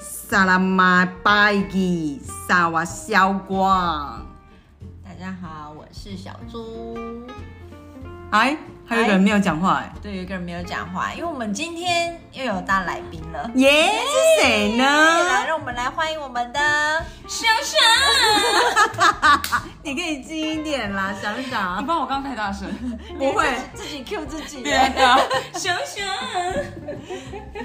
萨拉玛拜吉萨瓦肖光。大家好，我是小猪。哎，还有一个人没有讲话哎，对，有一个人没有讲话，因为我们今天又有大来宾了。耶、是谁来，呢？让我们来欢迎我们的珊珊，你可以近一点啦，想你想。帮我刚太大声。不会，哎自己 Q 自己。对啊，珊珊，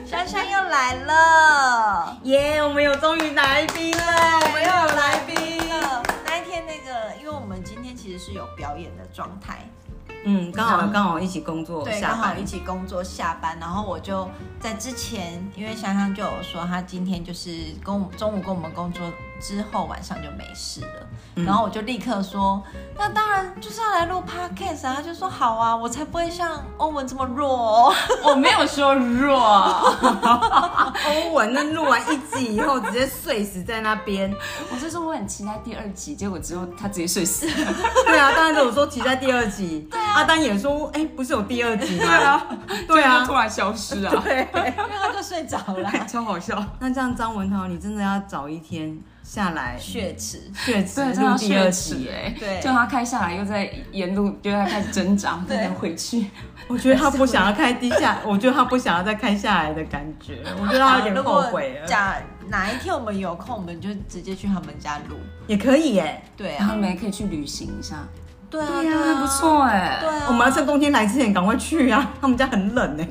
珊珊又来了，耶、我们有终于来宾了，我们又有来宾。呃那一天那个，因为我们今天其实是有表演的状态，嗯，刚好刚好一起工作对，下刚好班一。起工作下班，然后我就在之前，因为香香就有说她今天就是跟我们中午跟我们工作之后，晚上就没事了，嗯然后我就立刻说，那当然就是要来录 podcast 啊，她就说好啊，我才不会像欧文这么弱、哦， 我没有说弱，欧文那录完一集以后，直接睡死在那 边。我是说我很期待第二集，结果之后他直接睡死。对啊，当然都有说期待第二集。阿丹也说，哎、不是有第二集吗？对啊， 对啊就他突然消失啊，对。 因为她就睡着了，超好笑。那这样，张文涛，你真的要找一天下来血池。血池对，真录的第二血集池耶？哎，对就他开下来又在沿路，就他开始挣扎，不对能回去。我觉得他不想要开低下，我觉得他不想要再开下来的感觉，我觉得他有点如后果悔了。假哪一天我们有空，我们就直接去他们家录。也可以耶，对然后啊你，们也可以去旅行一下，对 啊，对啊对啊不。错哎。对啊，我们要趁冬天来之前赶快去啊！他们家很冷呢。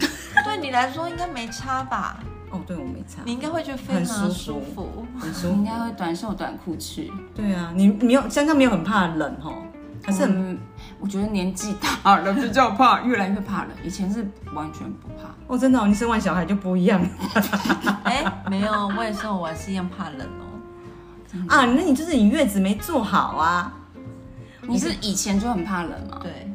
对你来说应该没差吧？哦，对，我没擦你，应该会觉得非常很的舒舒服服。 很我舒应服。该会短袖短裤去，对啊，你没有香香没有很怕冷哦，还是很嗯，我觉得年纪大了比较怕，越来越怕了。以前是完全不怕，哦，真的哦，你生完小孩就不一样哎、没有，我也是，我还是一样怕冷哦。 啊。那你就是你月子没做好啊。你是以前就很怕冷吗？对，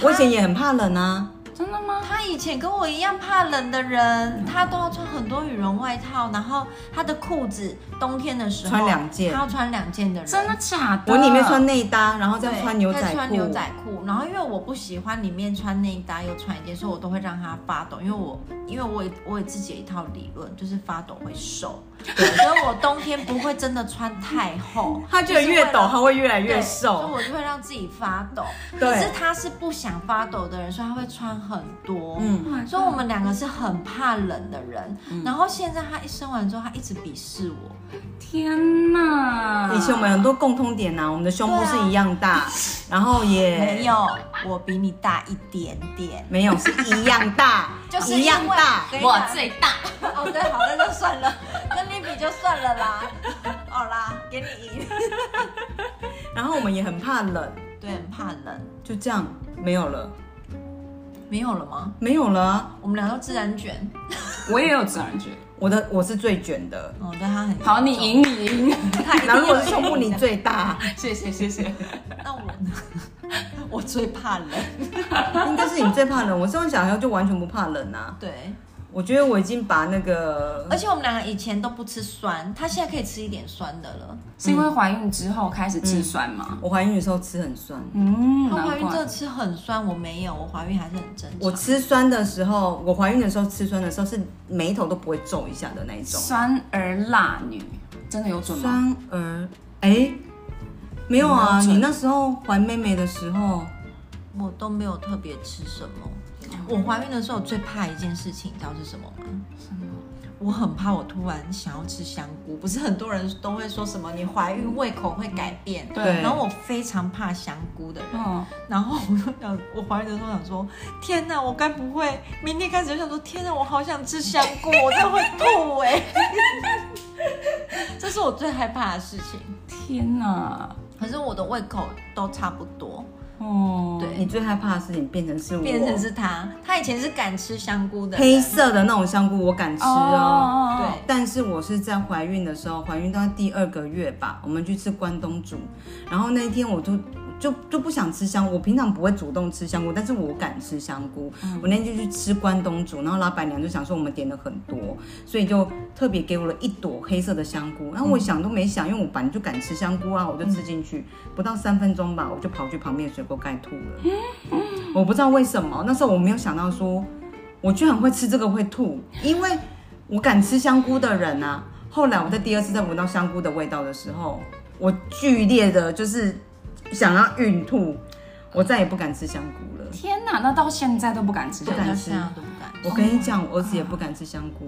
我以前也很怕冷啊。真的吗？他以前跟我一样怕冷的人，他都要穿很多羽绒外套，然后他的裤子冬天的时候穿两件他要穿两件的人，真的假的？我里面穿内搭，然后对再穿牛仔再裤。穿牛仔裤，然后因为我不喜欢里面穿内搭又穿一件，所以我都会让它发抖，因为我因为我也我有自己的一套理论，就是发抖会瘦，对，所以我冬天不会真的穿太厚， 他觉得越抖，他会越来对越所以瘦。我就会让自己发抖。对可是他是不想发抖的人，所以他会穿很多，嗯，哇，所以我们两个是很怕冷的人，然后现在他一生完之后，他一直鄙视我，天哪！以前我们很多共通点啊呐、我们的胸部是一样大， 然后也没有，我比你大一点点，没有是一样大， 就是一样因为大。跟你我讲最大， 哦，对，好，那就算了， 跟你比就算了啦。 好啦，给你赢。然后我们也很怕冷，对，很怕冷，就这样没有了，没有了吗？没有了啊。我们俩都自然卷。我也有自然卷。我的我是最卷的，哦，对他很好，你赢，你赢。他一定然要赢。后我的胸部你最大，谢谢，谢谢。那我呢？ 我最怕冷。应该是你最怕冷。我生完小孩后就完全不怕冷啊。对，我觉得我已经把那嗯个而且我们两个以前都不吃酸，他现在可以吃一点酸的了。是因为怀孕之后开始吃酸吗？我怀孕的时候吃很酸，嗯，他怀难孕真怪的。吃很酸，我没有，我怀孕还是很正常。我吃酸的时候，我怀孕的时候吃酸的时候是眉头都不会皱一下的那一种。酸而辣女，真的有准吗？酸儿，哎，没有啊，没有准你那时候怀妹妹的时候，我都没有特别吃什么。嗯我怀孕的时候最怕一件事情，你知道是什么吗？什么？我很怕我突然想要吃香菇，不是很多人都会说什么你怀孕胃口会改变，对然后我非常怕香菇的人，嗯，然后我就想，我怀孕的时候想说，天哪，我该不会明天开始就想说，天哪，我好想吃香 菇，我真的会吐哎、这是我最害怕的事情。天哪！可是我的胃口都差不多，哦，对你最害怕的事情变成是我，变成是他，他以前是敢吃香菇的人黑色的那种香菇，我敢吃哦。哦，对但是我是在怀孕的时候，怀孕到第二个月吧，我们去吃关东煮，然后那一天我就就就不想吃香菇，我平常不会主动吃香菇，但是我敢吃香菇。我那天就去吃关东煮，然后老板娘就想说我们点了很多，所以就特别给我了一朵黑色的香菇。然后我想都没想，因为我本来就敢吃香菇啊，我就吃进去，不到三分钟吧，我就跑去旁边的水沟盖吐了。我不知道为什么，那时候我没有想到说，我居然会吃这个会吐，因为我敢吃香菇的人啊。后来我在第二次再闻到香菇的味道的时候，我剧烈的就是想要孕吐，我再也不敢吃香菇了。天哪，那到现在都不敢吃不香敢菇。吃这样都不敢。我跟你讲，我儿子也不敢吃香菇，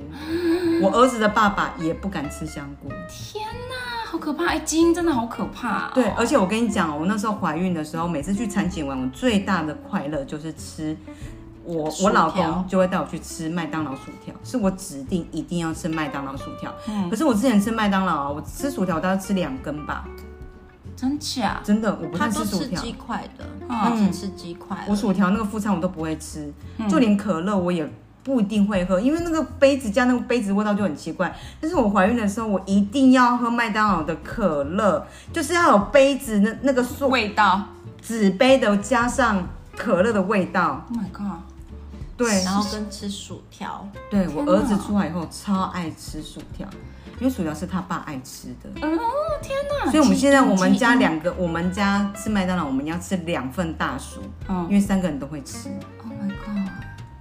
我儿子的爸爸也不敢吃香菇。天哪，好可怕！哎，基因真的好可哦怕、啊对，，而且我跟你讲，哦我那时候怀孕的时候，每次去产检完，我最大的快乐就是吃。我薯条我老公就会带我去吃麦当劳薯条，是我指定一定要吃麦当劳薯条。嗯可是我之前吃麦当劳啊，我吃薯条大概吃两根吧，真假？真的我不太他吃都薯吃条。鸡块的，嗯他只吃鸡块。嗯我薯条那个副餐我都不会吃，嗯就连可乐我也不一定会喝，因为那个杯子加那个杯子味道就很奇怪。但是我怀孕的时候，我一定要喝麦当劳的可乐，就是要有杯子那那个塑味道纸杯的加上可乐的味道。 ？Oh my god！对然后跟吃薯条，对，我天哪儿子出来以后超爱吃薯条，因为薯条是他爸爱吃的。哦天嗯哪！所以，我们现在我们家基因两个，我们家吃麦当劳，我们要吃两份大薯，因嗯为三个人都会吃。 ，Oh my god！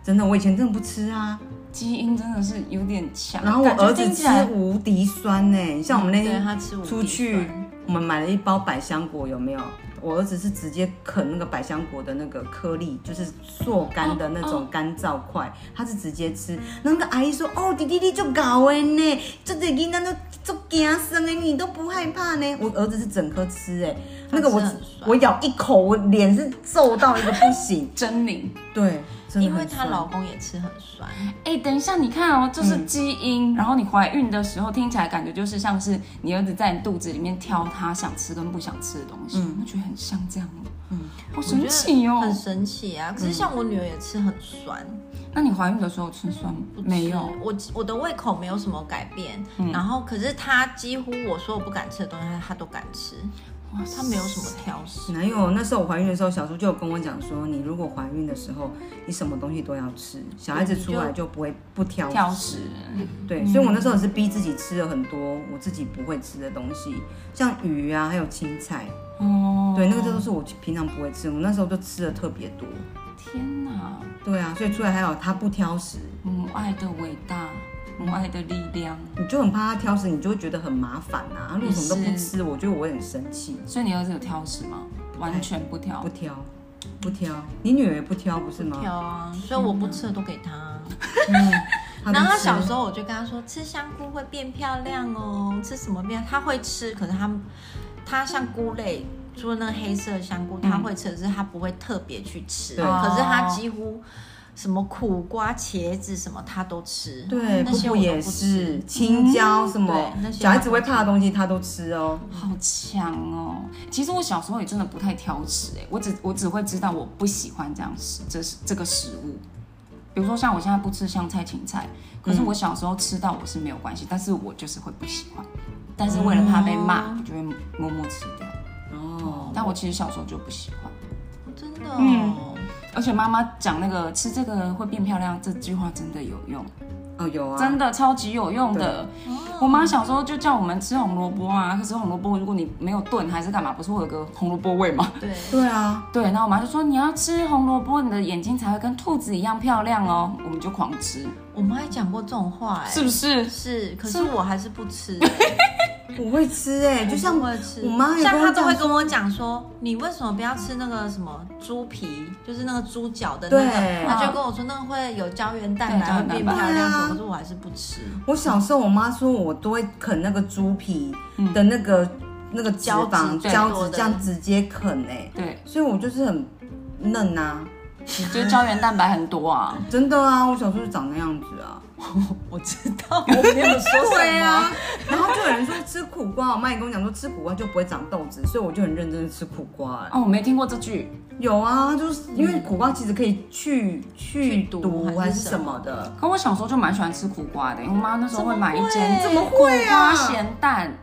真的，我以前真的不吃啊。基因真的是有点强。然后我感觉儿子听起吃来。无敌酸呢、像我们那嗯对天他吃五出滴去酸，我们买了一包百香果，有没有？我儿子是直接啃那个百香果的那个颗粒，就是塑干哦的那种干燥块，他是直接吃。那个阿姨说：“哦，弟弟你就搞哎呢，这个囡仔都做惊生哎，你都不害怕呢？”我儿子是整颗吃哎、那个我他吃很酸我咬一口，我脸是皱到一个不行 狰狞。对，真的因为很她酸老公也吃很酸，哎，等一下，你看哦，这是嗯基因。然后你怀孕的时候，听起来感觉就是像是你儿子在你肚子里面挑他想吃跟不想吃的东西，你不觉得很像这样吗？嗯，嗯好我觉神得奇哦。很神奇啊！可是像我女儿也吃很酸，那你怀孕的时候吃酸吗？没有。我我的胃口没有什么改变，嗯然后可是她几乎我说我不敢吃的东西，她她都敢吃，哇她没有什么挑食。哪有？那时候我怀孕的时候，小叔就有跟我讲说，你如果怀孕的时候，你什么东西都要吃，小孩子出来就不会不挑食。挑食。对，所以我那时候也是逼自己吃了很多我自己不会吃的东西，像鱼啊，还有青菜。哦，对，那个都是我平常不会吃，我那时候就吃的特别多。天哪！对啊，所以出来还有他不挑食，母爱的伟大，母爱的力量。你就很怕他挑食，你就会觉得很麻烦啊。他如果什么都不吃，我觉得我会很生气。所以你儿子有挑食吗？完全不挑不。挑，不挑，你女儿也不挑不是吗？挑啊，所以我不吃的都给她。都然后她吃小时候我就跟她说，吃香菇会变漂亮哦，吃什么变？她会吃，可是她她像菇类，除了那个黑色的香菇，她会吃，可是她不会特别去吃。嗯对哦可是她几乎什么苦瓜、茄子什么她都吃，对，那布些我布都也不是吃。嗯青椒什么对那，些小孩子我会不吃怕的东西他都吃哦。好强哦！其实我小时候也真的不太挑食、哎，我只我只会知道我不喜欢这样食，这是这个食物。比如说像我现在不吃香菜、芹菜，可是我小时候吃到我是没有关系，但是我就是会不喜欢。但是为了怕被骂，我就会默默吃掉。哦，但我其实小时候就不喜欢，真的、嗯哦，而且妈妈讲那个吃这个会变漂亮这句话真的有用。哦有啊，真的超级有用的。哦我妈小时候就叫我们吃红萝卜啊，可是红萝卜如果你没有炖还是干嘛，不是会有个红萝卜味吗？对。对啊，对，然后我妈就说你要吃红萝卜，你的眼睛才会跟兔子一样漂亮哦。我们就狂吃，我妈也讲过这种话、哎，是不是？是，可是我还是不吃、哎我会吃哎，就像我会吃，我妈也像跟我她都会讲，跟我讲说，你为什么不要吃那个什么猪皮，就是那个猪脚的那对个，她就跟我说那个会有胶原蛋对胶白，原会蛋变白漂亮对啊，可是我还是不吃。我小时候我妈说我都会啃那个猪皮嗯的那个那个脂胶质肪最胶多质这的样直接啃哎，对，所以我就是很嫩啊，就是胶原蛋白很多啊。真的啊，我小时候就长那样子 啊。我知道，我没有说 对什啊么。，然后就有人说吃苦瓜，我妈也跟我讲说吃苦瓜就不会长痘子，所以我就很认真的吃苦瓜哎。哦，我没听过这句。有啊，就是因为苦瓜其实可以去去去毒毒还还是是什什么么的，可我小时候就蛮喜欢吃苦瓜的，因为我妈那时候会买一间怎么会啊苦瓜咸蛋，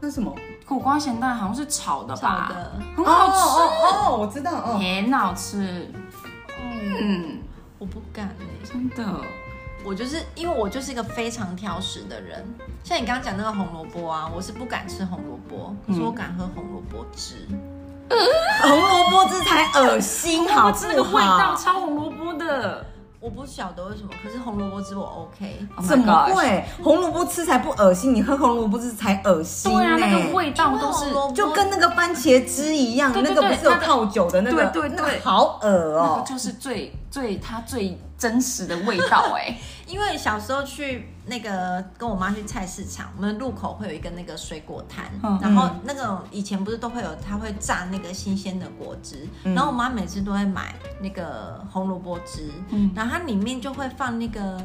那什么苦瓜咸蛋好像是炒的吧？炒的很好吃，哦哦哦，我知道哦。很好吃。嗯，我不敢、哎真的。我就是因为我就是一个非常挑食的人，像你刚刚讲那个红萝卜啊，我是不敢吃红萝卜，可是我敢喝红萝卜汁。红萝卜汁才恶心，好我不吃好？那个味道超红萝卜的，我我不晓得为什么，可是红萝卜汁我 OK。 Oh my 怎么 gosh？会？啊红萝卜吃才不恶心，你喝红萝卜汁才恶心、对呢。啊，那个味道都是因为红萝卜就跟那个番茄汁一样，对对那个不是有泡酒的那个，对对对那个好恶那个哦、就是最最它最真实的味道哎、因为小时候去那个跟我妈去菜市场，我们路口会有一个那个水果摊，嗯然后那个以前不是都会有，他会榨那个新鲜的果汁，嗯然后我妈每次都会买那个红萝卜汁，嗯然后它里面就会放那个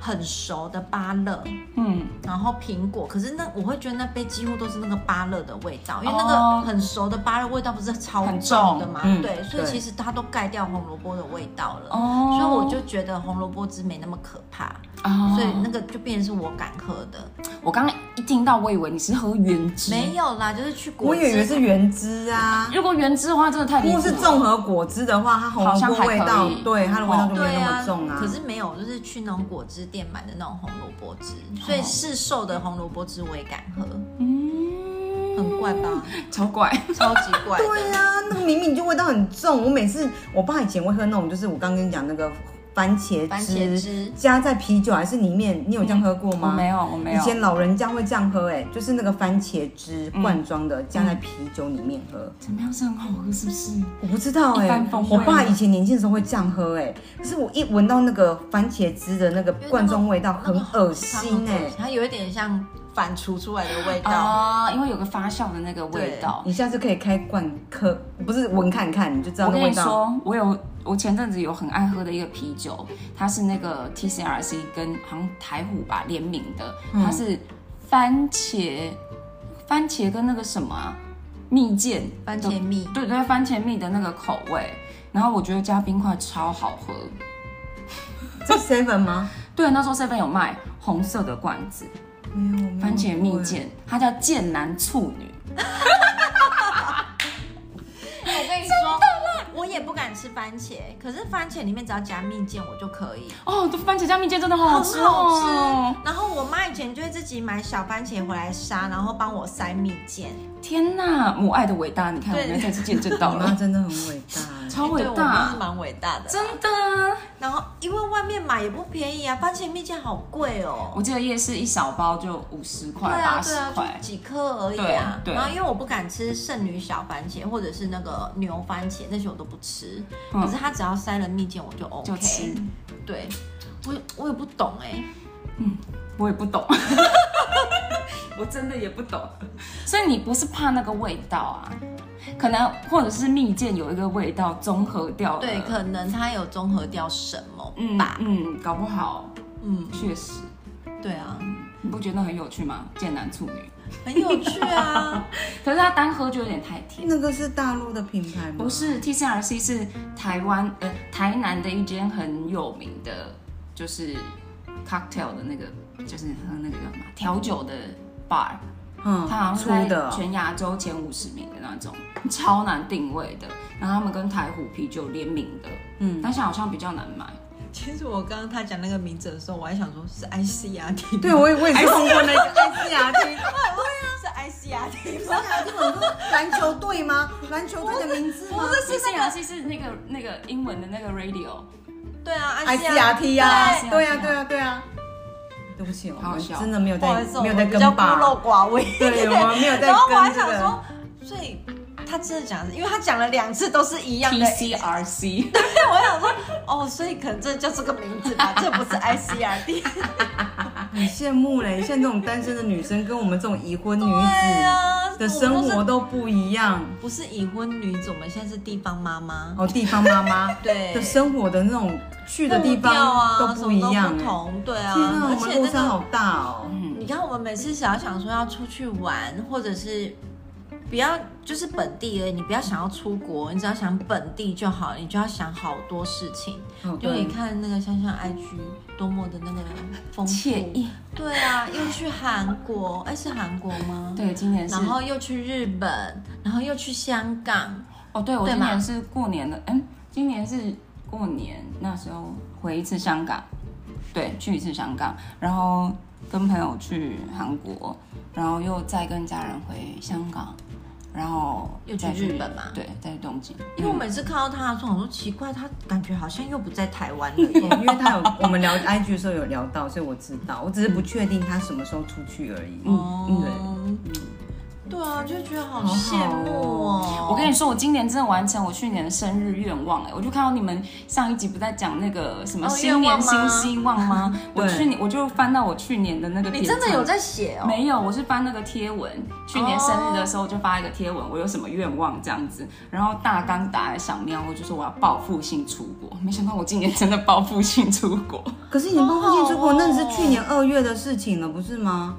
很熟的芭乐， 嗯，然后苹果，可是那我会觉得那杯几乎都是那个芭乐的味道，因为那哦个很熟的芭乐味道不是超很重的重嘛，嗯对，所以对其实它都盖掉红萝卜的味道了。哦所以我就觉得红萝卜汁没那么可怕，啊所以那个就变成是我敢喝的，我刚刚一听到，我以为你是喝原汁，没有啦，就是去果我汁。以为是原汁啊，如果原汁的话，真的太离如谱果了。是综合果汁的话，它红好像萝还卜可以哦味道，对它的味道就没有对那么啊重啊。可是没有，就是去那种果汁店买的那种红萝卜汁，所以市售的红萝卜汁我也敢喝，嗯，很怪吧？超怪。超级怪的。对啊，那个明明就味道很重，我每次我爸以前会喝那种，就是我刚跟你讲那个番茄汁番茄汁加在啤酒还是里面，你有这样喝过我吗？嗯没有，我没以有。前老人家会这样喝、哎，就是那个番茄汁罐装的，加在啤酒里面喝。怎么样是很好喝，是不是？我不知道嗯哎、一帆风我顺爸以前年轻的时候会这样喝哎、可是我一闻到那个番茄汁的那个罐装味道，很恶心哎、它有一点像反刍出来的味道。啊，因为有个发酵的那个味道。你下次可以开罐喝，不是闻看看你就知道我那跟味你道。说，我有我前阵子有很爱喝的一个啤酒，它是那个 TCRC 跟好像台虎吧联名的，嗯它是番茄番茄跟那个什么、啊、蜜饯的番茄蜜对对，番茄蜜的那个口味，然后我觉得加冰块超好喝。这 seven 吗？对，那时候 seven 有卖红色的罐子，没嗯有，没有番茄蜜饯，它叫剑南处女。我跟你说，我也不敢吃番茄，可是番茄里面只要加蜜饯我就可以，哦，这番茄加蜜饯真的好好好吃好哦！吃。然后我妈以前就会自己买小番茄回来杀，然后帮我塞蜜饯。天哪，母爱的伟大，你看我对们再次见证到你 妈了，真的很伟大哎、超伟对我妈大是，蛮伟大的。真的啊。然后因为外面买也不便宜啊，番茄蜜饯好贵哦。我记得夜市一小包就五十对块、啊八对十啊，块就，几颗而已啊。对对然后因为我不敢吃剩女小番茄或者是那个牛番茄那些我都不吃，嗯可是它只要塞了蜜饯我就 OK。就吃。对，我也我也不懂哎、我也 不懂，我真的也不懂。所以你不是怕那个味道啊？可能或者是蜜饯有一个味道综合掉了，对，可能它有综合掉什么嗯吧。嗯，搞不好嗯，确实，对啊，你不觉得很有趣吗？剑南处女，很有趣啊。可是它单喝就有点太甜。那个是大陆的品牌吗？不，是 TCRC 是台湾呃台南的一间很有名的，就是 cocktail 的那个，就是喝那个叫什么调酒的 bar，嗯，它好像出是的在哦。全亚洲前五十名的那种，超难定位的。然后他们跟台虎啤酒联名的，嗯，但是好像比较难买。其实我刚刚他讲那个名字的时候，我还想说是 ICRT，对，我也哎我也是碰过那个 ICRT，是 ICRT 吗？篮球队吗？篮球队的名 字吗？ TCRC 是那个那个英文的那个 radio，对啊 ICRT 呀对，对呀，啊对呀，对呀。对不起，我好好们笑真的没有不在啊好意思，没有我在比跟较孤吧，陋寡闻。对，我们没有在然后我还跟想这个说。，所以他真的讲的是，因为他讲了两次都是一样的。 TCRC 我想说，哦，所以可能这就是个名 字吧，这不是 ICRT。很羡慕嘞，像这种单身的女生跟我们这种已婚女对子啊，的我生们都活是都不一样。不是已婚女子，我们现在是地方妈妈。哦，地方妈妈 对的生活的那种去的地步调方啊，都什不么一都样不哎。同，对天啊啊，，而我们且落那差个嗯好大哦。你看，我们每次想要想说要出去玩，或者是不要就是本地而已，你不要想要出国，你只要想本地就好，你就要想好多事情。哦就对你看那个香香 IG 多么的那个丰富，惬意。对啊，又去韩国，哎、是韩国吗？。对，今年是然后又去日本，然后又去香港，哦，对，我对今嘛年是过年的，嗯，今年是过年那时候回一次香港，对，去一次香港，然后跟朋友去韩国，然后又再跟家人回香港，然后又去再日本嘛对，再去东京，因为我每次看到他的时候，我说奇怪，他感觉好像又不在台湾了耶。嗯 因为他有我们聊 IG 的时候有聊到，所以我知道，我只是不确定他什么时候出去而已。嗯哦，对啊，就觉得好羡慕哦。我跟你说，我今年真的完成我去年的生日愿望哎、我就看到你们上一集不在讲那个什么哦新愿年望吗新希望吗？ 我对去年我就翻到我去年的那个，你真的有？在写哦？没有，我是翻那个贴文，去年生日的时候就发一个贴文，哦我有什么愿望这样子，然后大纲打在上面，我就说我要报复性出国，没想到我今年真的报复性出国。可是你报复性出国，好好哦那是去年二月的事情了，不是吗？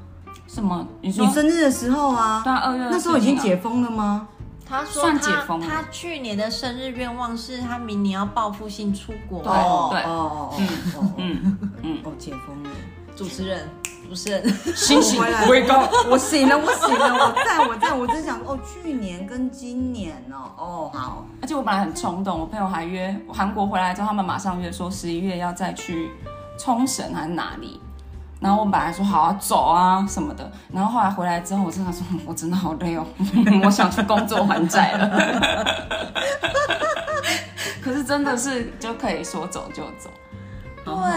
什么？你说你生日的时候啊，对啊，二月的那时候已经事情啊解封了吗？他说算他解封了他去年的生日愿望是他明年要报复性出国。对哦对哦哦哦，嗯嗯，哦，解封了，主持人，主持人，清醒我回来归高。我醒了，我醒了，我在我在我真想哦，去年跟今年哦，哦好，而且我本来很冲动，我朋友还约我韩国回来之后，他们马上约说十一月要再去冲绳还是哪里。然后我们本来说好啊，走啊什么的。然后后来回来之后，我真的说，我真的好累哦， 我想去工作还债了。 可是真的是就可以说走就走，对好啊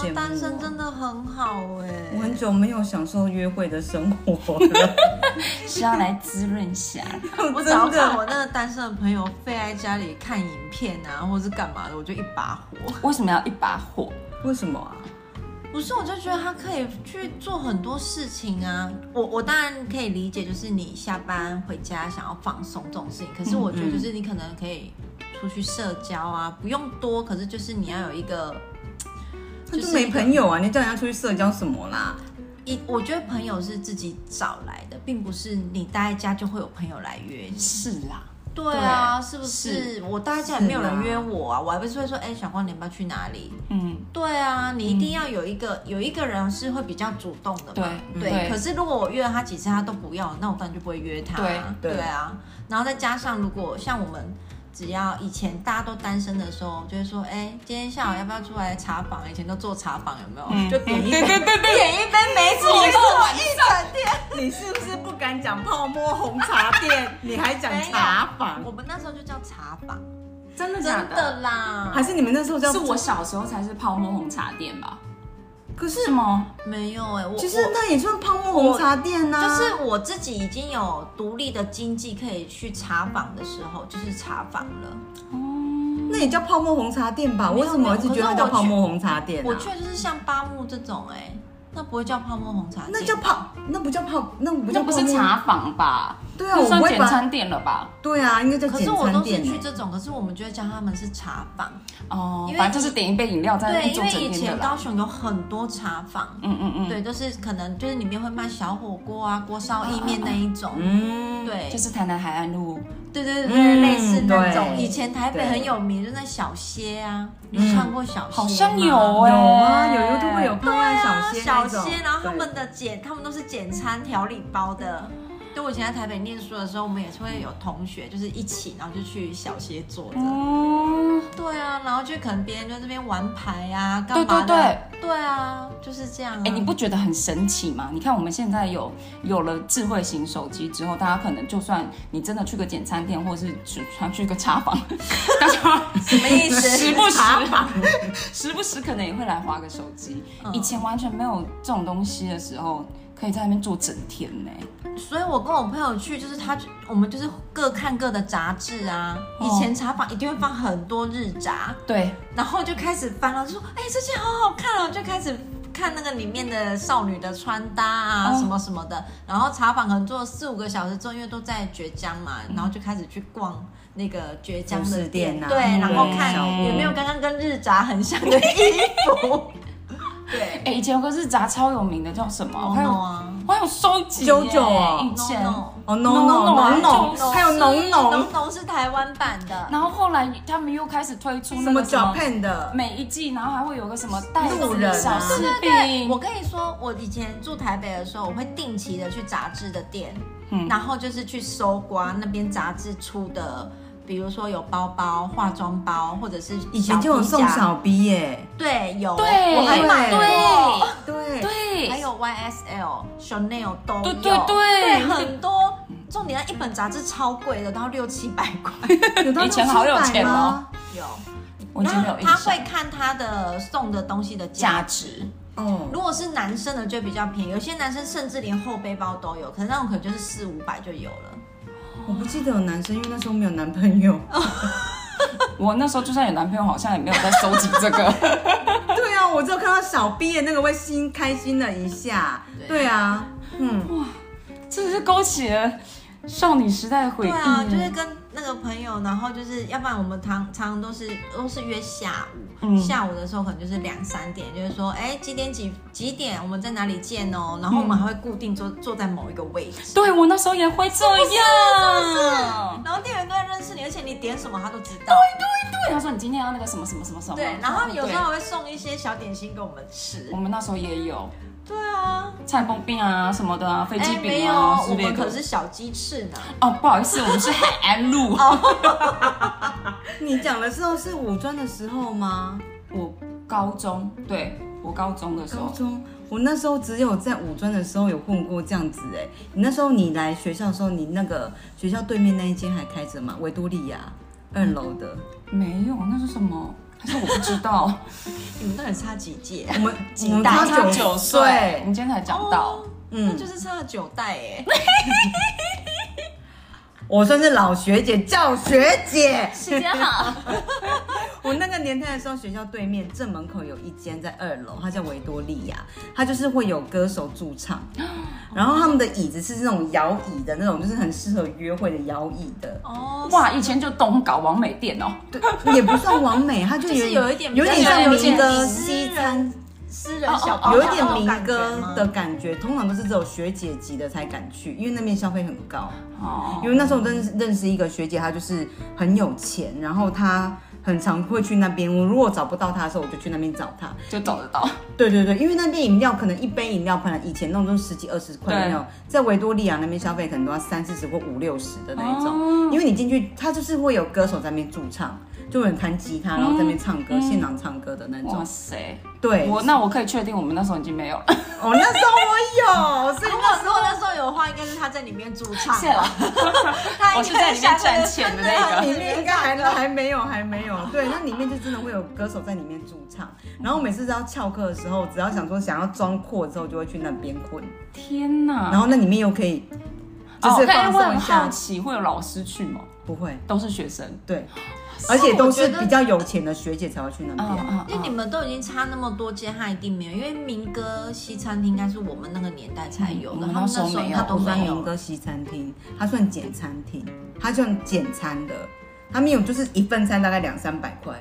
羡慕哦，单身真的很好我哎。很久没有享受约会的生活了，是要来滋润一下。我只要看我那个单身的朋友废在家里看影片啊，或是干嘛的，我就一把火。为什么要一把火？为什么啊？不是，我就觉得他可以去做很多事情啊。我我当然可以理解，就是你下班回家想要放松这种事情。可是我觉得，就是你可能可以出去社交啊，不用多，可是就是你要有一个，他就就是没朋友啊，你叫人家出去社交什么啦？一我觉得朋友是自己找来的，并不是你待在家就会有朋友来约你。是啦，对啊，是不是？我待在家也没有是人啊约我啊，我还不是会说，哎、小光，你要不要去哪里？嗯，对啊，你一定要有一个、有一个人是会比较主动的嘛。对对可是如果我约了他几次他都不要，那我当然就不会约他、啊。对对啊，然后再加上如果像我们。只要以前大家都单身的时候，就会说，哎、今天下午要不要出来茶坊？以前都做茶坊，有没哦有？就点一杯，嗯对对对，点一杯梅子，你做完一整天。你是不是不敢讲泡沫红茶店， 你还讲茶坊我？们那时候就叫茶坊，欸真的真假的啦。还是你们那时候叫？是我小时候才是泡沫红茶店吧？可是是吗？没有哎、我其实我那也算泡沫红茶店啊呐、就是我自己已经有独立的经济可以去查房的时候，就是查房了。哦那也叫泡沫红茶店吧？没有为什么我一直觉得它叫泡沫红茶店、啊？我去的就是像八木这种、哎，那不会叫泡沫红茶店，那叫泡，那不叫泡，那不叫那泡不沫是茶坊吧？对啊，那我算不会简把餐店了吧？对啊，应该叫可简是我餐都是店、去欸。这种，可是我们就会叫他们是茶坊。哦因，为反正就是点一杯饮料，在对，一因种为整以天前的高啦。雄有很多茶坊，嗯嗯嗯，对，都是可能就是里面会卖小火锅啊、锅烧意面那一种。嗯，对，就是台南海岸路，对对对，嗯类似那种。对以前台北对嗯很有名，就那小蝎啊，你看过小蝎吗？好像有哎、有啊，有 YouTube 有泡案小啊仙小那种鲜，然后他对们的简，他们都是简餐调理包的。对，我以前在台北念书的时候，我们也是会有同学就是一起，然后就去小歇坐着。哦，对啊，然后就可能别人就这边玩牌啊，干对嘛对的？对。对啊，就是这样、啊。哎、你不觉得很神奇吗？你看我们现在有有了智慧型手机之后，大家可能就算你真的去个简餐店，或是去去个 茶坊，大家什么 意思？时不时时不时可能也会来划个手机。嗯以前完全没有这种东西的时候，可以在那边坐整天呢、所以我跟我朋友去，就是他就，我们就是各看各的杂志啊。哦以前茶坊一定会放很多日杂，对，然后就开始翻了，就说：“哎、这件好好看哦！”就开始看那个里面的少女的穿搭啊，哦什么什么的。然后茶坊可能做了四五个小时之后，因为都在绝江嘛，然后就开始去逛那个绝江嗯服的饰店啊对，然后对看小有没有刚刚跟日杂很像的衣服。对哎、以前有个日杂超有名的，叫什么？我还有，no 啊我还有收集耶啾啾哦以前。 ，no 哦 no No，No， no no no， no，还有浓浓浓浓是台湾版的，然后后来他们又开始推出什那么个什 Japan 的，每一季，然后还会有个什么带路人啊小士对，兵我，跟你说，我以前住台北的时候，我会定期的去杂志的店，嗯然后就是去搜刮那边杂志出的，比如说有包包、化妆包，或者是以前就有小送皮夹，小 B 耶、对，有，对我还买过，对对，还有 YSL、Chanel 都有，对对对很多。重点，一本杂志超贵的，到六七百 块。有到以前好有钱600哦吗？有，我已经没然有后印他象。会看他的送的东西的价价值。值，哦，如果是男生的就比较便宜，有些男生甚至连后背包都有，可能那种可能就是四五百就有了。我不记得有男生，因为那时候没有男朋友。我那时候就算有男朋友，好像也没有在收集这个。 对啊，我只有看到小毕业那个会心开心了一下。对对啊，嗯，真的是勾起了少女时代的回忆。对啊，就是跟那个朋友，然后就是要不然我们常常常都是呃都是约下午，下午的时候可能就是两三点，就是说哎几点几几点我们在哪里见哦，然后我们还会固定坐坐在某一个位置。对我那时候也会这啊样。然后店员都会认识你，而且你点什么他都知道。对，他说你今天要那个什么什么什么什么。对，然后有时候对还会送一些小点心给我们吃我。们那时候也有对啊，菜崩饼啊什么的啊，飞机哎，没饼有，啊我之类们可的。是小鸡翅呢。哦，不好意思，我们是 海岸路。你讲的时候是五专的时候吗？我高中，对我高中的时高候，中，我那时候只有在五专的时候有混过这样子哎、你那时候你来学校的时候，你那个学校对面那一间还开着吗？维多利亚二楼的，没有，那是什么？还是我不知道。你们到底差几届？我们几我们代差九九岁，岁你，今天才讲到哦，那嗯就，是差了九代哎。我算是老学姐，叫学姐。时间好。我那个年代的时候，学校对面正门口有一间在二楼，它叫维多利亚，它就是会有歌手驻唱，然后他们的椅子是那种摇椅的那种，就是很适合约会的摇椅的， 哦，哇，以前就懂搞完美店哦，对，也不算完美，它就就是有一点有点像比较民歌有点西餐，私人小哦有一小点那种民感觉歌吗的感觉，通常都是只有学姐级的才敢去，因为那边消费很高。哦，因为那时候我认识认识一个学姐，她就是很有钱，然后她很常会去那边。我如果找不到她的时候，我就去那边找她。就找得到。对对对，因为那边饮料可能一杯饮料，可能以前那种都十几二十块的那种，在维多利亚那边消费可能都要三四十或五六十的那一种，因为你进去，他就是会有歌手在那边驻唱，就有人弹吉他，然后在那边唱歌，现场唱歌的那哇种。塞，对，我那我可以确定，我们那时候已经没有了。哦那时候 我有，所以如果如果那时候有的话，应该是他在里面驻唱吧，谢了，他我是在里面赚钱的那啊那个。里面应该还还没有，还没有。对，那里面就真的会有歌手在里面驻唱，然后每次只要翘课的时候，只要想说想要装阔之后，就会去那边混，天哪！然后那里面又可以就啊哦是放但我松很一下，好奇，会有老师去吗？不会。都是学生。对，而且都我是觉得比较有钱的学姐才会去那嗯边。嗯 因为你们都已经差那么多届，他一定没有。因为民歌西餐厅应该是我们那个年代才有嗯的，我他们那们时候那时候没有他它都不算没民有。歌西餐厅，它算简餐厅，它算简餐的。它没有，就是一份餐大概两三百块，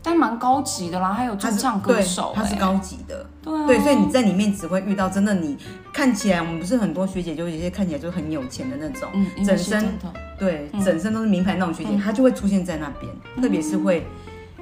但蛮高级的啦，还有驻它是唱歌对手、欸，它是高级的，对啊对，所以你在里面只会遇到真的你看起来，我们不是很多学姐，就有一些看起来就很有钱的那种，嗯，应该整是身真的嗯对，整身都是名牌那种学姐，她就会出现在那边，特别是会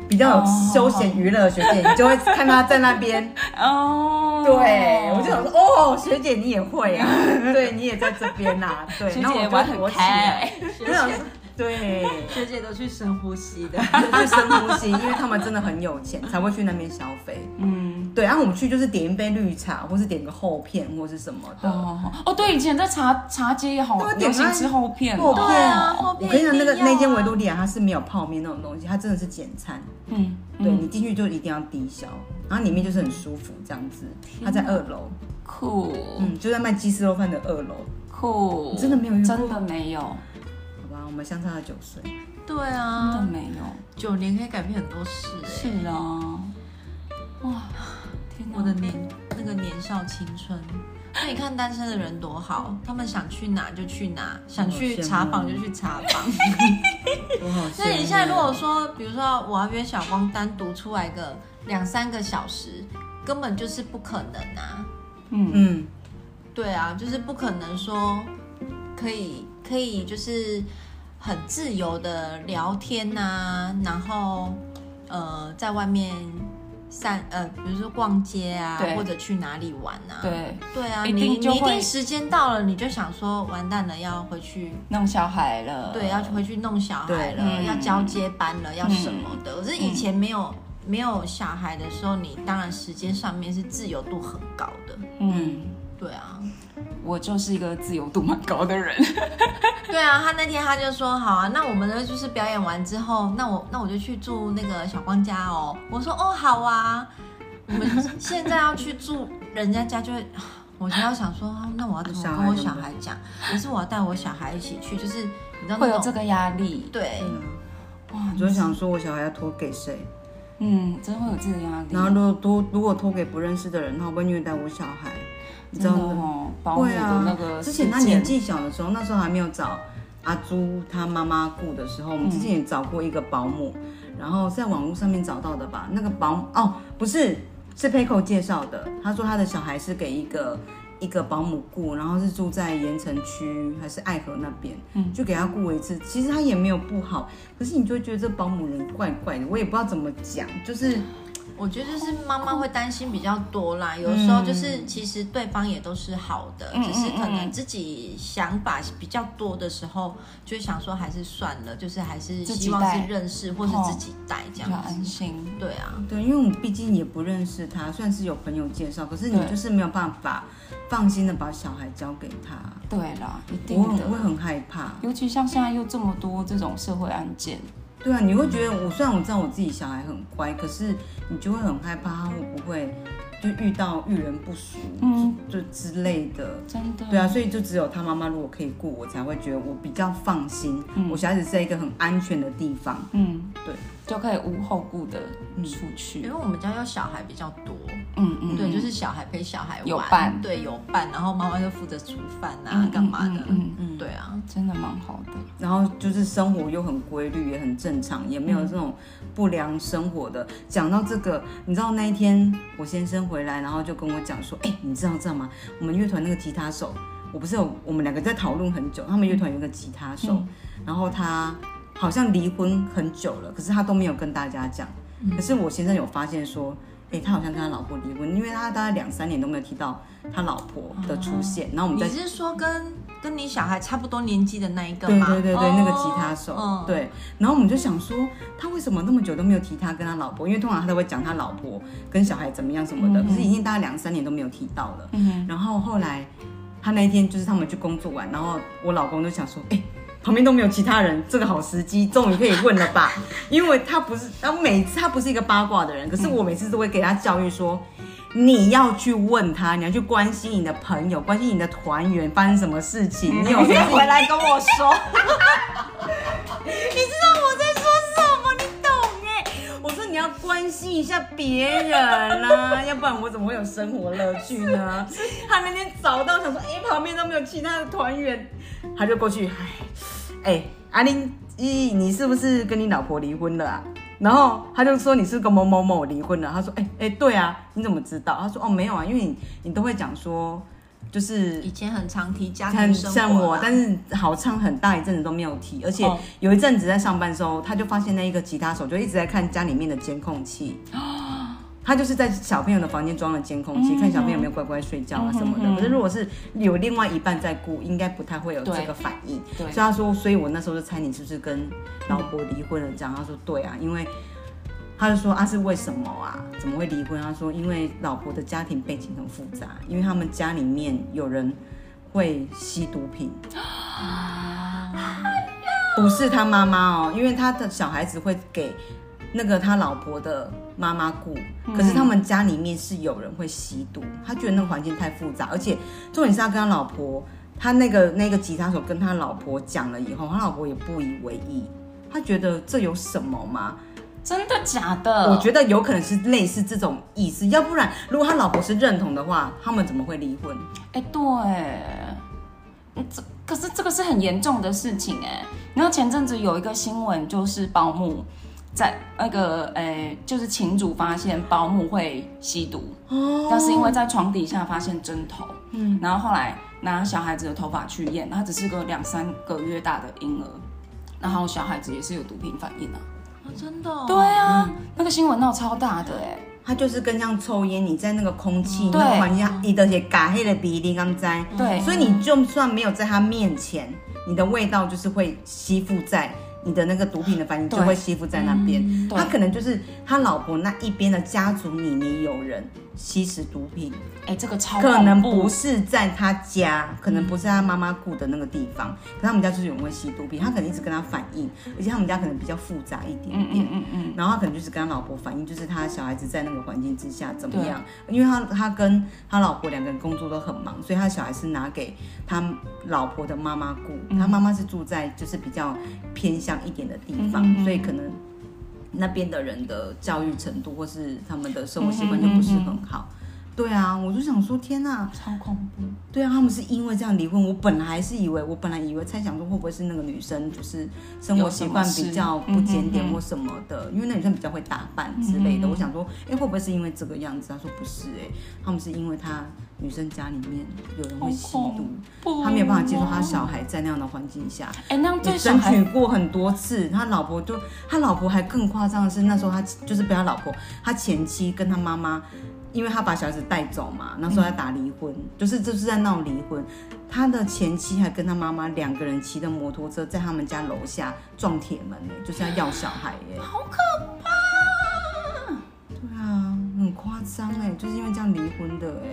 比较有休闲娱乐的学姐，你就会看她在那边，哦，对，我就想说，哦，学姐你也会啊， 对你也在这边呐、对，学然后姐我玩就很火起开欸来，，我想说，对，学姐都去深呼吸的，就是深呼吸，因为他们真的很有钱，才会去那边消费。嗯，对，然后我们去就是点一杯绿茶，或是点个厚片，或是什么的。哦哦，对，以前在茶茶街也好嗯对流行吃厚片厚哦，片，对啊厚我片跟你讲，那个一定要啊那间维多利亚它是没有泡面那种东西，它真的是简餐。嗯，对你进去就一定要低消，然后里面就是很舒服这样子。它在二楼，酷嗯，就在卖鸡丝肉饭的二楼。酷，你真的没有遇过真的没有，好吧，我们相差了九 岁。对真的啊，没有，九年可以改变很多事哎、是啊，哇，天哪，我的年那个年少青春。那你看单身的人多好，他们想去哪就去哪，想去茶坊就去茶坊。我好羡慕那你现在如果说，比如说我要约小光单独出来个两三个小时，根本就是不可能啊。嗯，嗯，对啊，就是不可能说可以可以就是很自由的聊天呐、然后呃在外面散呃，比如说逛街啊对，或者去哪里玩啊。对，对啊，一你定你就一会定时间到了，你就想说完蛋了，要回去弄小孩了，对，要回去弄小孩对了，呃嗯要交接班了，要什么的。可是以前没有没有小孩的时候，你当然时间上面是自由度很高的。嗯。对啊，我就是一个自由度蛮高的人，对啊，他那天他就说好啊，那我们呢就是表演完之后，那我那我就去住那个小光家哦。我说哦好啊，我们现在要去住人家家就会，我就要想说，啊那我要怎么跟我小孩讲？还是我要带我小孩一起去？就是你知哦道会那有种这嗯个压力。对，哇啊哎我，就想说，我小孩要托给谁？嗯，真会有这个压力。然后如果托如果托给不认识的人，他会不会虐待我小孩？你知真的道吗？哦，保姆会的那啊个，之前他事件年纪小的时候，那时候还没有找阿朱他妈妈雇的时候，我们之前也找过一个保姆，然后在网络上面找到的吧。那个保姆哦，不是，是 Payco 介绍的。他说他的小孩是给一个一个保姆雇，然后是住在盐城区还是爱河那边，嗯就给他雇了一次。其实他也没有不好，可是你就会觉得这保姆人怪怪的，我也不知道怎么讲，就是我觉得就是妈妈会担心比较多啦，有时候就是其实对方也都是好的，嗯只是可嗯嗯能自己想法比较多的时候，就想说还是算了，就是还是自己希望带哦是认识或是自己带这比较样安子。心。对啊，对，因为我们毕竟也不认识他，虽然是有朋友介绍，可是你对就是没有办法放心的把小孩交给他，对啦，一定我很我会的。很害怕。尤其像现在又这么多这种社会案件，对啊，你会觉得我虽然我知道我自己小孩很乖，可是你就会很害怕他会不会就遇到遇人不淑，嗯就就之类的。真的。对啊，所以就只有他妈妈如果可以顾我，才会觉得我比较放心，我小孩子在一个很安全的地方。嗯，对，就可以无后顾的出因去为。我们家有小孩比较多，嗯嗯，对，就是小孩陪小孩有玩，伴对，有伴，然后妈妈就负责煮饭啊嗯，干嘛的，嗯嗯对啊，真的蛮好的。然后就是生活又很规律，也很正常，也没有这种不良生活的。讲到这个，你知道那一天我先生回来，然后就跟我讲说：“哎、你知道这样吗？我们乐团那个吉他手，我不是有我们两个在讨论很久，他们乐团有一个吉他手，然后他好像离婚很久了，可是他都没有跟大家讲。可是我先生有发现说。”哎、他好像跟他老婆离婚，因为他大概两三年都没有提到他老婆的出现，然后嗯我们你在是说跟跟你小孩差不多年纪的那一个对吗？对对对，那个哦吉他手，嗯对。然后我们就想说，他为什么那么久都没有提他跟他老婆？因为通常他都会讲他老婆跟小孩怎么样什嗯么的，可是已经大概两三年都没有提到了。嗯然后后来他那一天就是他们去工作完，然后我老公就想说，哎、旁边都没有其他人，这个好时机，终于可以问了吧？因为他不是，他每次他不是一个八卦的人，嗯可是我每次都会给他教育说，你要去问他，你要去关心你的朋友，关心你的团员发生什么事情，你有什么回来跟我说。你知道我在说什么？你懂哎？我说你要关心一下别人啦、要不然我怎么会有生活乐趣呢？他那天找到想说，哎、旁边都没有其他的团员，他就过去，哎，哎，阿玲，咦，你是不是跟你老婆离婚了啊？然后他就说你是跟某某某离婚了。他说，哎、哎、对啊，你怎么知道？他说，哦，没有啊，因为你你都会讲说，就是以前很常提家很庭生活啦，像我，但是好唱很大一阵子都没有提，而且哦有一阵子在上班的时候，他就发现那一个吉他手就一直在看家里面的监控器，他就是在小朋友的房间装了监控嗯器，看小朋友有没有乖乖睡觉啊什么的。可是如果是有另外一半在顾，应该不太会有这对个反应。所对以他说，所以我那时候就猜你是不是跟老婆离婚了这样？他说对啊，因为。他就说啊，是为什么啊？怎么会离婚？他说，因为老婆的家庭背景很复杂，因为他们家里面有人会吸毒品，啊不是他妈妈哦，因为他的小孩子会给那个他老婆的妈妈顾，可是他们家里面是有人会吸毒，他觉得那个环境太复杂，而且重点是他跟他老婆，他那个那个吉他手跟他老婆讲了以后，他老婆也不以为意，他觉得这有什么吗？真的假的？我觉得有可能是类似这种意思，要不然如果他老婆是认同的话，他们怎么会离婚？哎、对，嗯这可是这个是很严重的事情哎。然后前阵子有一个新闻，就是保姆在那个哎、就是情主发现保姆会吸毒，哦但是因为在床底下发现针头，嗯，然后后来拿小孩子的头发去验，他只是个两三个月大的婴儿，然后小孩子也是有毒品反应啊。哦真的、哦，对啊，嗯那个新闻闹超大的哎。它就是跟像抽烟，你在那个空气、对那个环境下，你的也嘎黑的鼻涕刚在，对所以你就算没有在他面前，你的味道就是会吸附在你的那个毒品的反应就对会吸附在那边。嗯对他可能就是他老婆那一边的家族里面有人吸食毒品，哎，这个超可能恐怖嗯不是在他家，可能不是他妈妈雇的那个地方，可他们家就是有人会吸毒品，他可能一直跟他反映，而且他们家可能比较复杂一点嗯点。嗯嗯嗯，然后他可能就是跟他老婆反映，就是他小孩子在那个环境之下怎么样，因为他他跟他老婆两个人工作都很忙，所以他小孩是拿给他老婆的妈妈顾，嗯他妈妈是住在就是比较偏乡一点的地方，嗯嗯嗯所以可能那边的人的教育程度或是他们的生活嗯习惯就不是很好。对啊，我就想说，天呐，超恐怖。对啊，他们是因为这样离婚。我本来还是以为，我本来以为猜想说会不会是那个女生就是生活习惯比较不嗯检点或什么的，因为那女生比较会打扮之类嗯的。我想说，哎、会不会是因为这个样子？他说不是、哎，他们是因为她女生家里面有人会吸好毒恐，哦不她没有办法接受她小孩在那样的环境下。哎，那样也对小争孩取过很多次，他老婆就他老婆还更夸张的是，那时候他就是被他老婆，他前妻跟他妈妈，因为他把小孩子带走嘛，那时嗯候在打离婚，就是就是在闹离婚。他的前妻还跟他妈妈两个人骑着摩托车在他们家楼下撞铁门、欸，就是要要小孩耶、好可怕，对啊，很夸张哎，就是因为这样离婚的哎、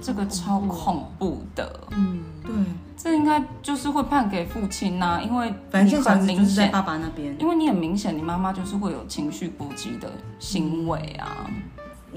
这个超恐怖的。嗯，对，这应该就是会判给父亲呐、因为反正现你在小孩很子就明是在显，爸爸那边，因为你很明显，你妈妈就是会有情绪波及的行为啊。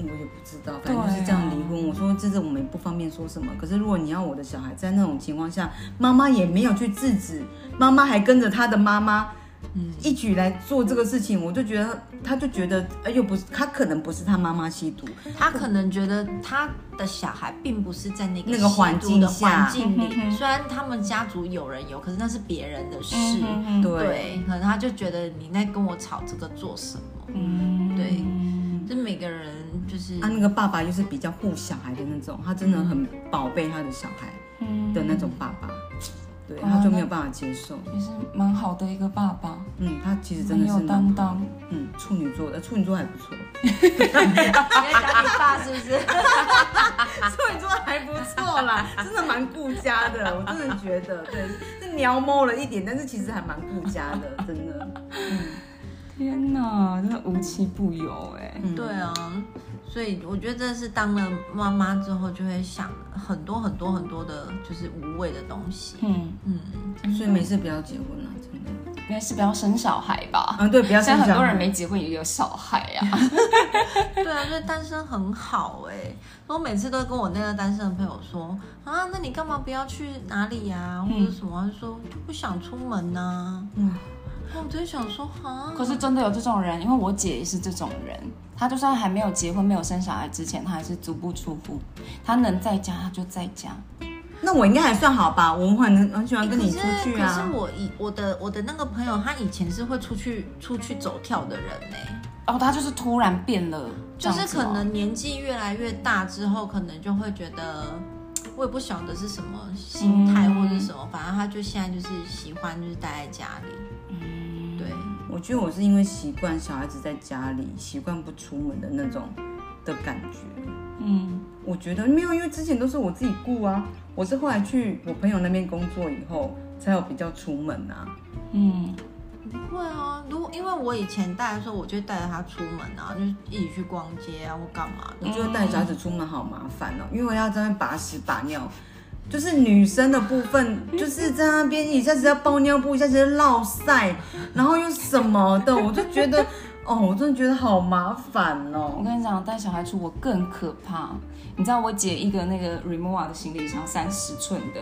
我也不知道，反正就是这样离婚。对啊我说这是我们不方便说什么。可是如果你要我的小孩在那种情况下，妈妈也没有去制止，妈妈还跟着她的妈妈，嗯一起来做这个事情，我就觉得，他就觉得，哎，又不是他可能不是他妈妈吸毒，他可能觉得他的小孩并不是在那个那个环境吸毒的下环境嗯哼里，哼虽然他们家族有人有，可是那是别人的事。嗯哼哼对，对，可能他就觉得你在跟我吵这个做什么？嗯，对，就每个人就是啊他那个爸爸又是比较护小孩的那种，他真的很宝贝他的小孩嗯，啊的那种爸爸，对，哇他就没有办法接受。也是蛮好的一个爸爸，嗯，他其实真很的是有蛮担当。嗯处女座的，处女座还不错，你在讲你爸是不是？ 处女座还不错 啦，真的蛮顾家的，我真的觉得，对，是鸟猫了一点，但是其实还蛮顾家的，真的。天哪，真的无奇不有哎、嗯对啊，所以我觉得真的是当了妈妈之后，就会想很多很多很多的，就是无谓的东西。嗯，嗯，所以没事不要结婚了，真的。应该是不要生小孩吧。嗯，对，不要现生在很小多人孩。没结婚也有小孩啊呀、对啊，所以单身很好哎、我每次都跟我那个单身的朋友说啊，那你干嘛不要去哪里呀、或嗯者什么？他就说就不想出门呐、嗯，那我就会想说啊，可是真的有这种人，因为我姐也是这种人，她就算还没有结婚、没有生小孩之前，她还是足不出户，她能在家她就在家。那我应该还算好吧，我很很喜欢欸跟你出去可是可啊是。我以我的我的那个朋友，他以前是会出去出去走跳的人呢、哦，她就是突然变了，这就样是子哦可能年纪越来越大之后，可能就会觉得。我也不晓得是什么心态嗯或者什么，反正他就现在就是喜欢就是待在家里，嗯，对，我觉得我是因为习惯小孩子在家里，习惯不出门的那种的感觉。嗯，我觉得没有，因为之前都是我自己顾啊，我是后来去我朋友那边工作以后，才有比较出门啊。嗯不会啊。如果因为我以前带的时候，我就带着他出门啊，就一起去逛街啊或干嘛我的。觉得带小孩子出门好麻烦哦，因为要在那边把屎把尿，就是女生的部分，嗯就是在那边一下子要包尿布，一下子要落晒，然后又什么的，我就觉得， 哦，我真的觉得好麻烦我哦。跟你讲，带小孩出国更可怕。你知道我姐一个那个 Remova 的行李箱三十寸的，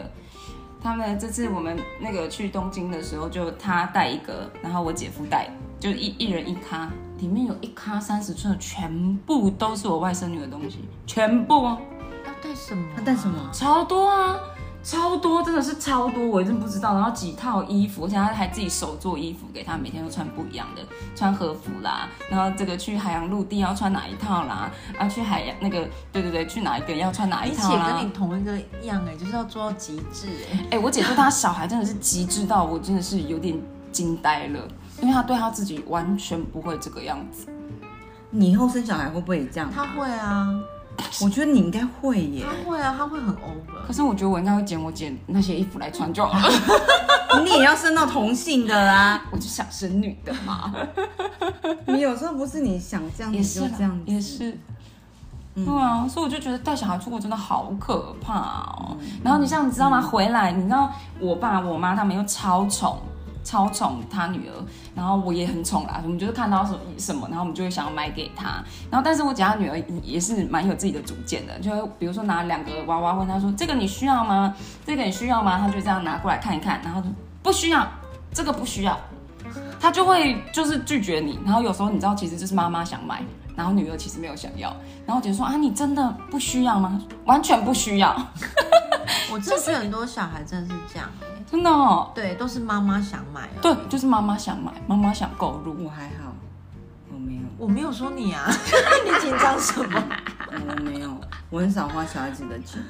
他们这次我们那个去东京的时候，就她带一个，然后我姐夫带，就一一人一咖，里面有一咖三十寸的，全部都是我外甥女的东西，全部哦，要带什么、要带什么？超多啊。超多，真的是超多，我真不知道。然后几套衣服，而且她还自己手做衣服给她，每天都穿不一样的，穿和服啦，然后这个去海洋陆地要穿哪一套啦， 啊，去海洋那个，对对对，去哪一个要穿哪一你套姐啦啊跟你。同一个样哎、就是要做到极致哎、 哎、我姐对她小孩真的是极致到我真的是有点惊呆了，因为她对她自己完全不会这个样子。你以后生小孩会不会也这样？他，会啊，我觉得你应该会耶他。会啊，他会很 over 可。是我觉得我应该会捡我姐那些衣服来穿就好了。 你也要生到同性的啊！我就想生女的嘛，你有时候不是你想这样也子是就啦这样子，嗯也是。啊对啊，所以我就觉得带小孩出国真的好可怕哦。嗯然后你像你知道吗？回来，你知道我爸我妈他们又超宠，超宠他女儿，然后我也很宠啦。我们就是看到什么什么，然后我们就会想要买给她。然后但是我姐她女儿也是蛮有自己的主见的，就会比如说拿两个娃娃问她说：“这个你需要吗？这个你需要吗？”她就这样拿过来看一看，然后就不需要，这个不需要。他就会就是拒绝你，然后有时候你知道，其实就是妈妈想买，然后女儿其实没有想要，然后我姐说啊，你真的不需要吗？完全不需要，我真的觉得很多小孩真的是这样、欸，真的哦。对，都是妈妈想买啊而已对，就是妈妈想买，妈妈想购入，我还好，我没有，我没有说你啊， 你紧张什 么？我没有，我很少花小孩子的钱。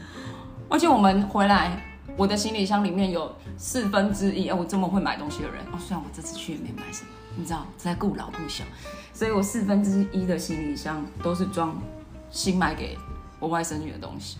而且我们回来，我的行李箱里面有四分之一，哎，我这么会买东西的人哦，虽然我这次去也没买什么，你知道，在顾老顾小，所以我四分之一的行李箱都是装新买给我外甥女的东西。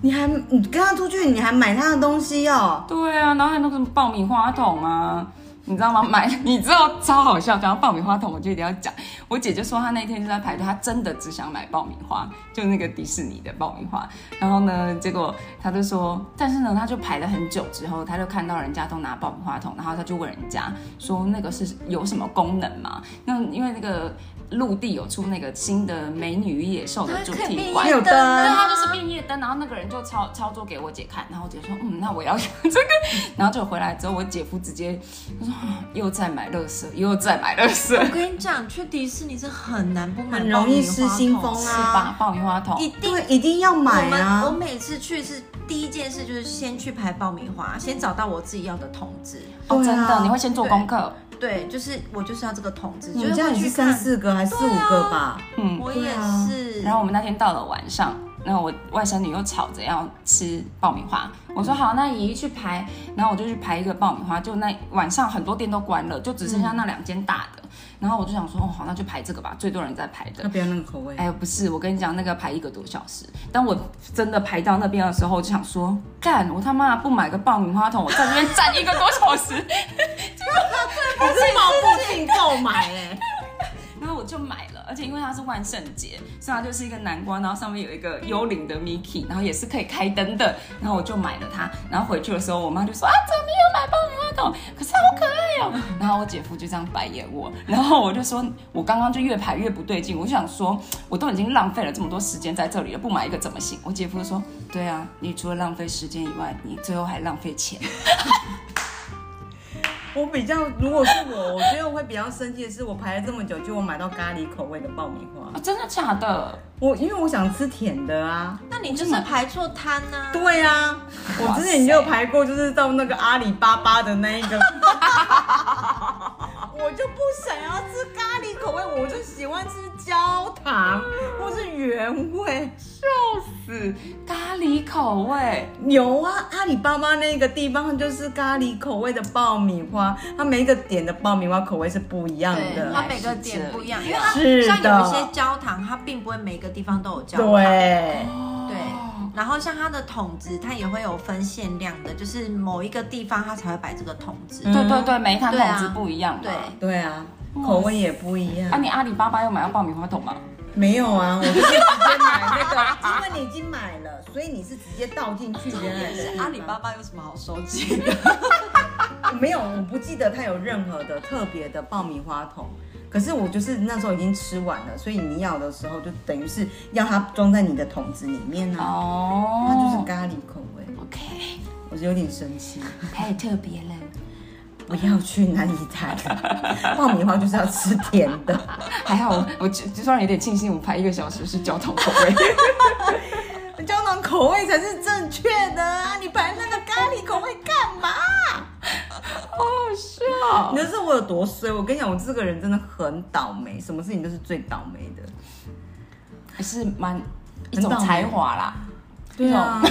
你还你跟他出去，你还买他的东西哦？对啊，然后还有那个什么爆米花筒啊，你知道吗？买， 你知道超好笑。讲到爆米花筒，我就一定要讲。我姐就说她那天就在排队，她真的只想买爆米花，就那个迪士尼的爆米花。然后呢，结果她就说，但是呢，她就排了很久之后，她就看到人家都拿爆米花筒，然后她就问人家说那个是有什么功能吗？那因为那个陆地有出那个新的美女与野兽的主题馆还。有灯对，啊他就是变夜灯，然后那个人就操操作给我姐看，然后我姐说，嗯，那我要这个， 然后就回来之后，我姐夫直接他说啊又在买乐色，又在买乐 色，我跟你讲，去迪士尼是很难不买很容易爆米花筒失心疯是啊吧？爆米花筒，一定对，一定要买我们啊！我每次去是第一件事就是先去排爆米嗯花，先找到我自己要的筒子。哦，对啊真的，你会先做功课，对，就是我就是要这个筒子，就你是们家会也是去三看。四个还是四五个吧？嗯。我对也啊是。然后我们那天到了晚上，那我外甥女又吵着要吃爆米花，我说好，那姨去排，然后我就去排一个爆米花，就那晚上很多店都关了，就只剩下那两间大的，然后我就想说，哦好，那就排这个吧，最多人在排的要，不要那个口味？哎，不是，我跟你讲，那个排一个多小时。当我真的排到那边的时候，我就想说，干，我他妈不买个爆米花筒，我在那边站一个多小时。我是毛不进购买欸哎，然后我就买了，而且因为它是万圣节，所以它就是一个南瓜，然后上面有一个幽灵的 Mickey，然后也是可以开灯的，然后我就买了它。然后回去的时候，我妈就说啊，怎么没有买爆米花筒？可是好可爱哦。然后我姐夫就这样白眼我，然后我就说，我刚刚就越排越不对劲，我就想说，我都已经浪费了这么多时间在这里了，不买一个怎么行？我姐夫就说，对啊，你除了浪费时间以外，你最后还浪费钱。我比较，如果是我，我觉得我会比较生气的是，我排了这么久，结果买到咖喱口味的爆米花啊，。真的假的？我因为我想吃甜的啊。那你就是排错摊呐。对啊，我哇之前就有塞排过，就是到那个阿里巴巴的那一个， 我就不想要吃咖喱口味，我就喜欢吃焦糖或是原味。是咖喱口味。有啊，阿里巴巴那个地方就是咖喱口味的爆米花，它每一个点的爆米花口味是不一样对，它的。每个点不一样，因为它是的像有一些焦糖，它并不会每个地方都有焦糖。对，哦对然后像它的筒子，它也会有分限量的，就是某一个地方它才会摆这个筒子。嗯对对对，每一摊对啊筒子不一样嘛。对，对啊，口味也不一啊，样。你阿里巴巴又买到爆米花筒吗？没有啊，我就是直接买那个，因为你已经买了，所以你是直接倒进去原来的地方巴有什么好收集的？没有，我不记得它有任何的特别的爆米花筒。可是我就是那时候已经吃完了，所以你要的时候就等于是要它装在你的桶子里面啊。哦，它就是咖喱口味， OK，我有点生气，太特别了。不要去南一 台，爆米花就是要吃甜的。还好我我就就突然有点庆幸，我排一个小时是焦糖口味。 胶囊口味才是正确的啊！你摆那个咖喱口味干嘛？哦，是哦你。知道我有多衰？我跟你讲，我这个人真的很倒霉，什么事情都是最倒霉的。是蛮一很欸倒霉种才华啦，对啊，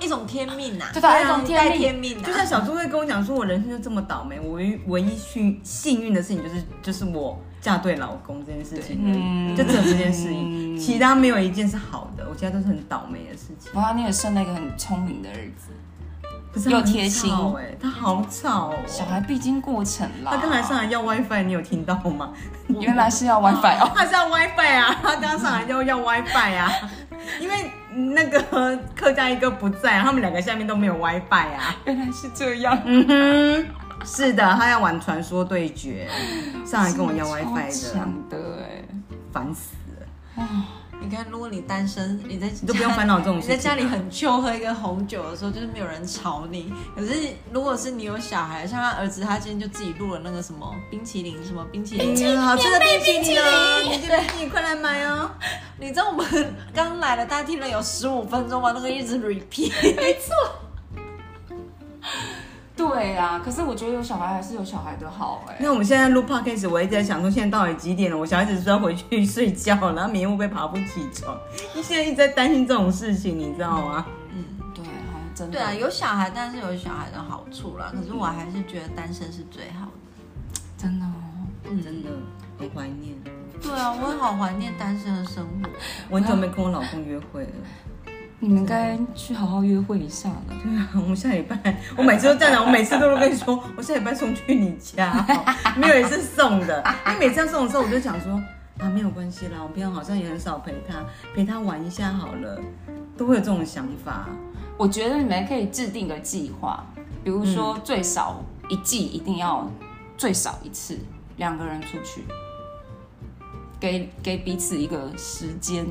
一种 天命 呐、啊，对吧？一种带天天命。命啊呐、就像小猪会跟我讲说，我人生就这么倒霉，我唯一唯一幸幸运的事情就是就是我嫁对老公这件事情而已，嗯就只有这件事情，其他没有一件是好的，我其他都是很倒霉的事情。哇，你也生了一个很聪明的儿子，不是又它很贴心吵哎、它好吵哦、小孩必经过程啦。啊他刚才上来要 WiFi，你有听到吗？原 来是要 WiFi 哦，他是要 WiFi 啊，他刚上来就要 WiFi 啊，因为那个客家一哥不在、他们两个下面都没有 WiFi 啊。原来是这样。嗯哼，是的，他要玩传说对决，上来跟我要 WiFi 超的，强的哎，烦死了。你看，如果你单身，你在你都不用烦恼这种事你情啊在家里很秋喝一个红酒的时候，就是没有人吵你。可是如果是你有小孩，像他儿子，他今天就自己录了那个什么冰淇淋，什么冰淇淋。哎嗯好吃的冰淇淋哦，你这冰淇淋快来买哦！你知道我们刚来的大厅了有十五分钟吗？那个一直 repeat。 对啊，可是我觉得有小孩还是有小孩的好哎。那我们现在录 podcast，我一直在想说现在到底几点了？我小孩子是不是要回去睡觉了，然后明天会不会爬不起床？你现在一直在担心这种事情，你知道吗？对，好像真嗯的。对啊，有小孩，但是有小孩的好处啦。可是我还是觉得单身是最好的。真的哦。真的很怀念，对啊，我也好怀念单身的生活。我嗯很久没跟我老公约会了。 你们该去好好约会一下了。对啊，我们下礼拜，我每次都这样讲，我每次都会跟你说，我下礼拜送去你家哦、没有一次送的。因为每次要送的时候，我就想说啊，没有关系啦，我平常好像也很少陪他，陪他玩一下好了，都会有这种想法。我觉得你们可以制定个计划，比如说最少一季一定要最少一次两个人出去，给给彼此一个时间。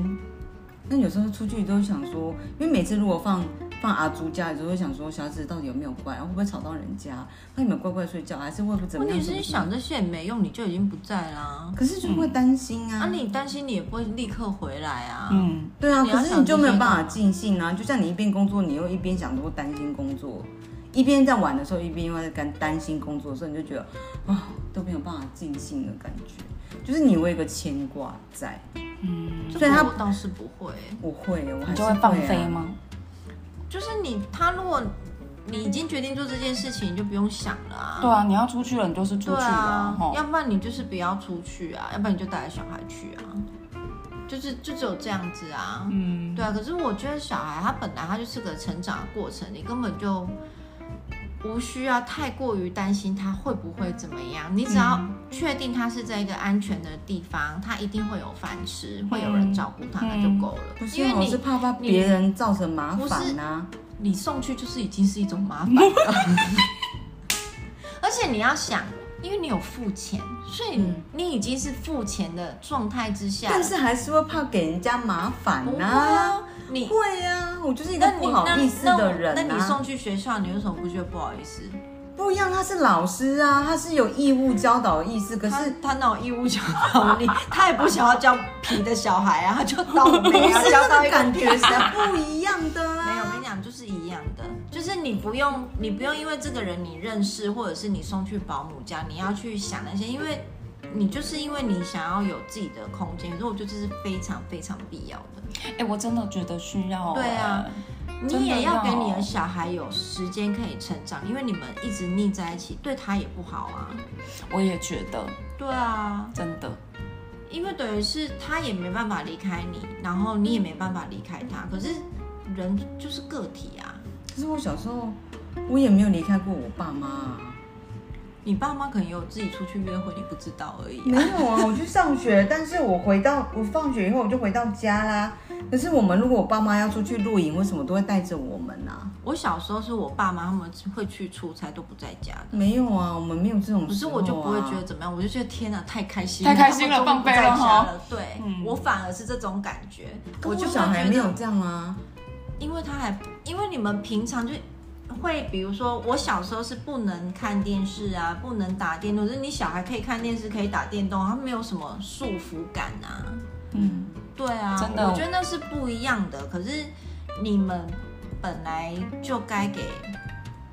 那有时候出去都会想说，因为每次如果放放阿朱家，有时候会想说小孩子到底有没有乖，会不会吵到人家？那你们乖乖睡觉，还是会不会怎么问样？题是你想这些也没用，你就已经不在啦。可是就会担心啊。啊，你担心你也不会立刻回来啊。嗯，对啊，你要可是你就没有办法尽兴啊！就像你一边工作，你又一边想多担心工作，一边在玩的时候，一边又在担担心工作的时候，你就觉得啊、都没有办法尽兴的感觉，就是你会有一个牵挂在。这所以他个我倒是不会，我会，我还你是就会放啊飞吗？就是你他如果你已经决定做这件事情，你就不用想了啊。对啊，你要出去了，你就是出去对了啊啊，吼要不然你就是不要出去啊，要不然你就带着小孩去啊，就是就只有这样子啊。嗯，对啊。可是我觉得小孩他本来他就是个成长的过程，你根本就无需要太过于担心他会不会怎么样，你只要确定他是在一个安全的地方，他一定会有饭吃，会有人照顾他，那就够了。不是因为哦，我你是怕怕别人造成麻烦啊呐、你送去就是已经是一种麻烦了。 而且你要想，因为你有付钱，所以嗯你已经是付钱的状态之下，但是还是会怕给人家麻烦不会呐、啊，你会啊，我就是一个那你不好那意思那的我人、啊那你送去学校，你为什么不觉得不好意思？不一样，他是老师啊，他是有义务教导的意思，可他是他哪有义务教导你？他也不想要教皮的小孩啊，他就 倒不霉是啊，教那到个一个感觉是不一样的啊。 没有，我跟你讲，就是一样的，就是你不用，你不用因为这个人你认识，或者是你送去保姆家，你要去想那些，因为你就是因为你想要有自己的空间，所以我觉得这是非常非常必要的。哎、我真的觉得需要。对啊，真你的也要要给你的小孩有时间可以成长，因为你们一直腻在一起，对他也不好啊。我也觉得对啊，真的。因为等于是他也没办法离开你，然后你也没办法离开他，可是人就是个体啊。可是我小时候，我也没有离开过我爸妈、啊。你爸妈可能有自己出去约会，你不知道而已、啊。没有啊，我去上学，但是我回到我放学以后我就回到家啦。可是我们如果我爸妈要出去露营或什么，都会带着我们啊。我小时候是我爸妈他们会去出差都不在家的，没有啊，我们没有这种、啊。可是我就不会觉得怎么样，我就觉得天哪，太开心了，嗯太开心了他们终于不在放飞了家哈嗯了。对，我反而是这种感觉，可我我就就会小孩觉没有得，这样啊。因为他还因为你们平常就。会，比如说我小时候是不能看电视啊，不能打电动，就是你小孩可以看电视，可以打电动，他没有什么束缚感啊。嗯，对啊，真的我觉得那是不一样的。可是你们本来就该给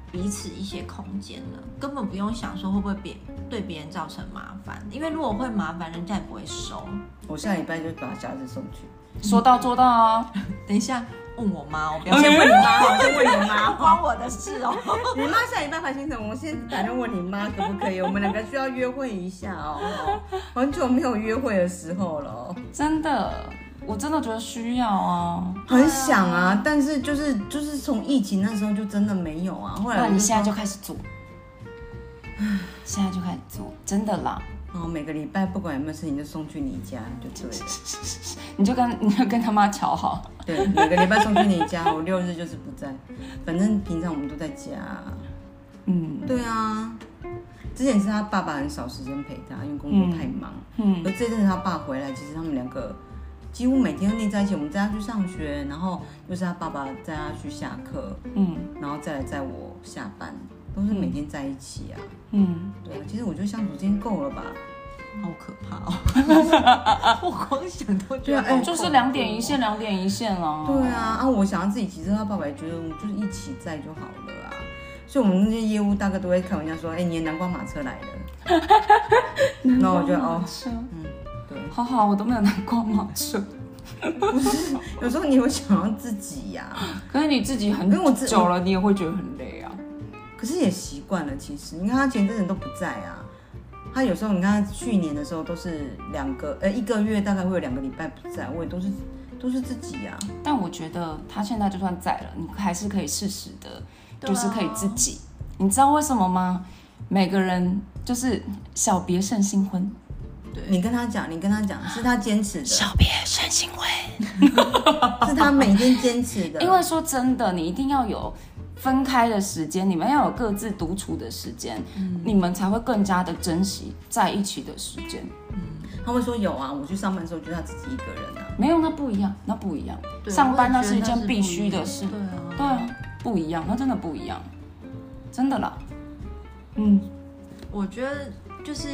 彼此一些空间了，根本不用想说会不会别对别人造成麻烦，因为如果会麻烦，人家也不会收。我下礼拜就把小孩子送去。说到做到 啊。 等一下问我妈，我不要 我先先问问你你妈，妈，我先问你妈。关我的事哦。你妈下礼拜排行程，我先打电话问你妈可不可以？我们两个需要约会一下哦，很久没有约会的时候了哦。 真的，我真的觉得需要啊。很想啊，但是就是就是从疫情那时候就真的没有啊。后来那我你就现在就开始做，现在就开始做，真的啦。哦，每个礼拜不管有没有事情就送去你家就对了。你就跟 你就跟他妈瞧好，对，每个礼拜送去你家，我六日就是不在，反正平常我们都在家。嗯对啊，之前是他爸爸很少时间陪他，因为工作太忙。嗯，而这阵子他爸回来，其实他们两个几乎每天都腻在一起。我们带他去上学，然后又是他爸爸带他去下课，嗯然后再来载我下班，都是每天在一起啊。嗯，对啊，其实我觉得相处时间够了吧？好可怕哦！我光想都觉得对啊哎好就是恐两点怖一哦线，两点一线啦。对啊，啊，我想要自己骑车，他爸爸也觉得我就是一起载就好了啊。所以我们那些业务大哥都会开玩笑说：“哎、你的南瓜马车来了。 南瓜马那我车，就哦对，好好，我都没有南瓜马车。哦 有时候你会想要自己呀、 可是你自己很因为 我自久了，你也会觉得很累啊。可是也习惯了。其实你看他前阵子都不在啊，他有时候你看他去年的时候都是两个呃一个月大概会有两个礼拜不在，我也都是都是自己啊呀、但我觉得他现在就算在了，你还是可以适时的，对啊就是可以自己。你知道为什么吗？每个人就是小别胜新婚，你跟他讲，你跟他讲，是他坚持的，是别胜新婚。他每天坚持的。 因为说真的，你一定要有分开的时间，你们要有各自独处的时间，嗯你们才会更加的珍惜在一起的时间。他会说有啊，我去上班的时候就是他自己一个人啊。没有，那不一样，那不一样。对上我班那也觉是一得件不必一须的样事。对啊，对啊，不一样，那真的不一样，真的啦。嗯，我觉得就是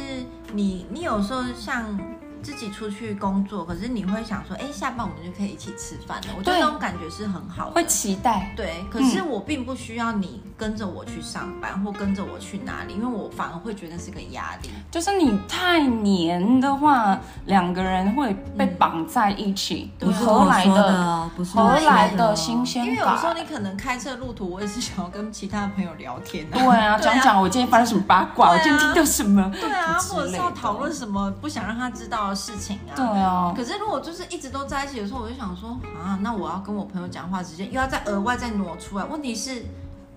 你，你有时候像自己出去工作，可是你会想说，哎，下班我们就可以一起吃饭了。我觉得对那种感觉是很好的会。嗯期待。对，可是我并不需要你跟着我去上班或跟着我去哪里，因为我反而会觉得是个压力。就是你太黏的话，两个人会被绑在一起，嗯你对啊何来的哦，不是何我说来的哦新鲜因感？为有时候你可能开车路途，我也是想要跟其他朋友聊天、 对啊，讲讲我今天发生什么八卦，对啊我今天听到什么，对啊，之或者是类要的讨论什么不想让他知道的事情啊。对啊，可是如果就是一直都在一起的时候，我就想说啊，那我要跟我朋友讲话之间又要再额外再挪出来。问题是，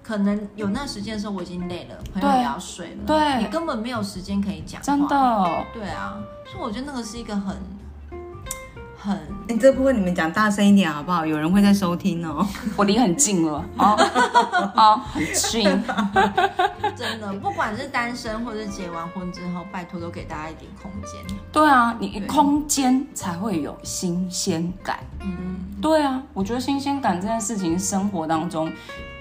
可能有那时间的时候我已经累了，朋友对也要睡了，对你根本没有时间可以讲话。真，的，对啊，所以我觉得那个是一个很很你哎这部分你们讲大声一点好不好？有人会在收听哦。我离很近了 啊啊，很近，真的， 不管是单身或是结完婚之后，拜托都给大家一点空间。对啊，你对空间才会有新鲜感，嗯对啊，我觉得新鲜感这件事情是生活当中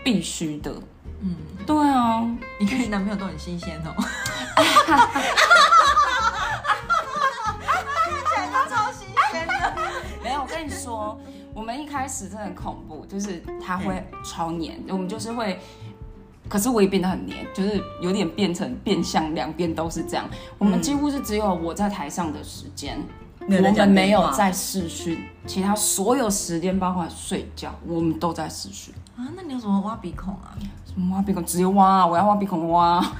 必须的，嗯，对啊，你跟你男朋友都很新鲜 哦。 超新鲜的，没有，我跟你说，我们一开始真的很恐怖，就是他会超黏，我们就是会，可是我也变得很黏，就是有点变成变相，两边都是这样。我们几乎是只有我在台上的时间，没有在我讲们没电有话在视讯，其他所有时间包括睡觉，我们都在视讯。啊，那你有什么挖鼻孔啊？什么挖鼻孔，直接挖啊！我要挖鼻孔挖啊，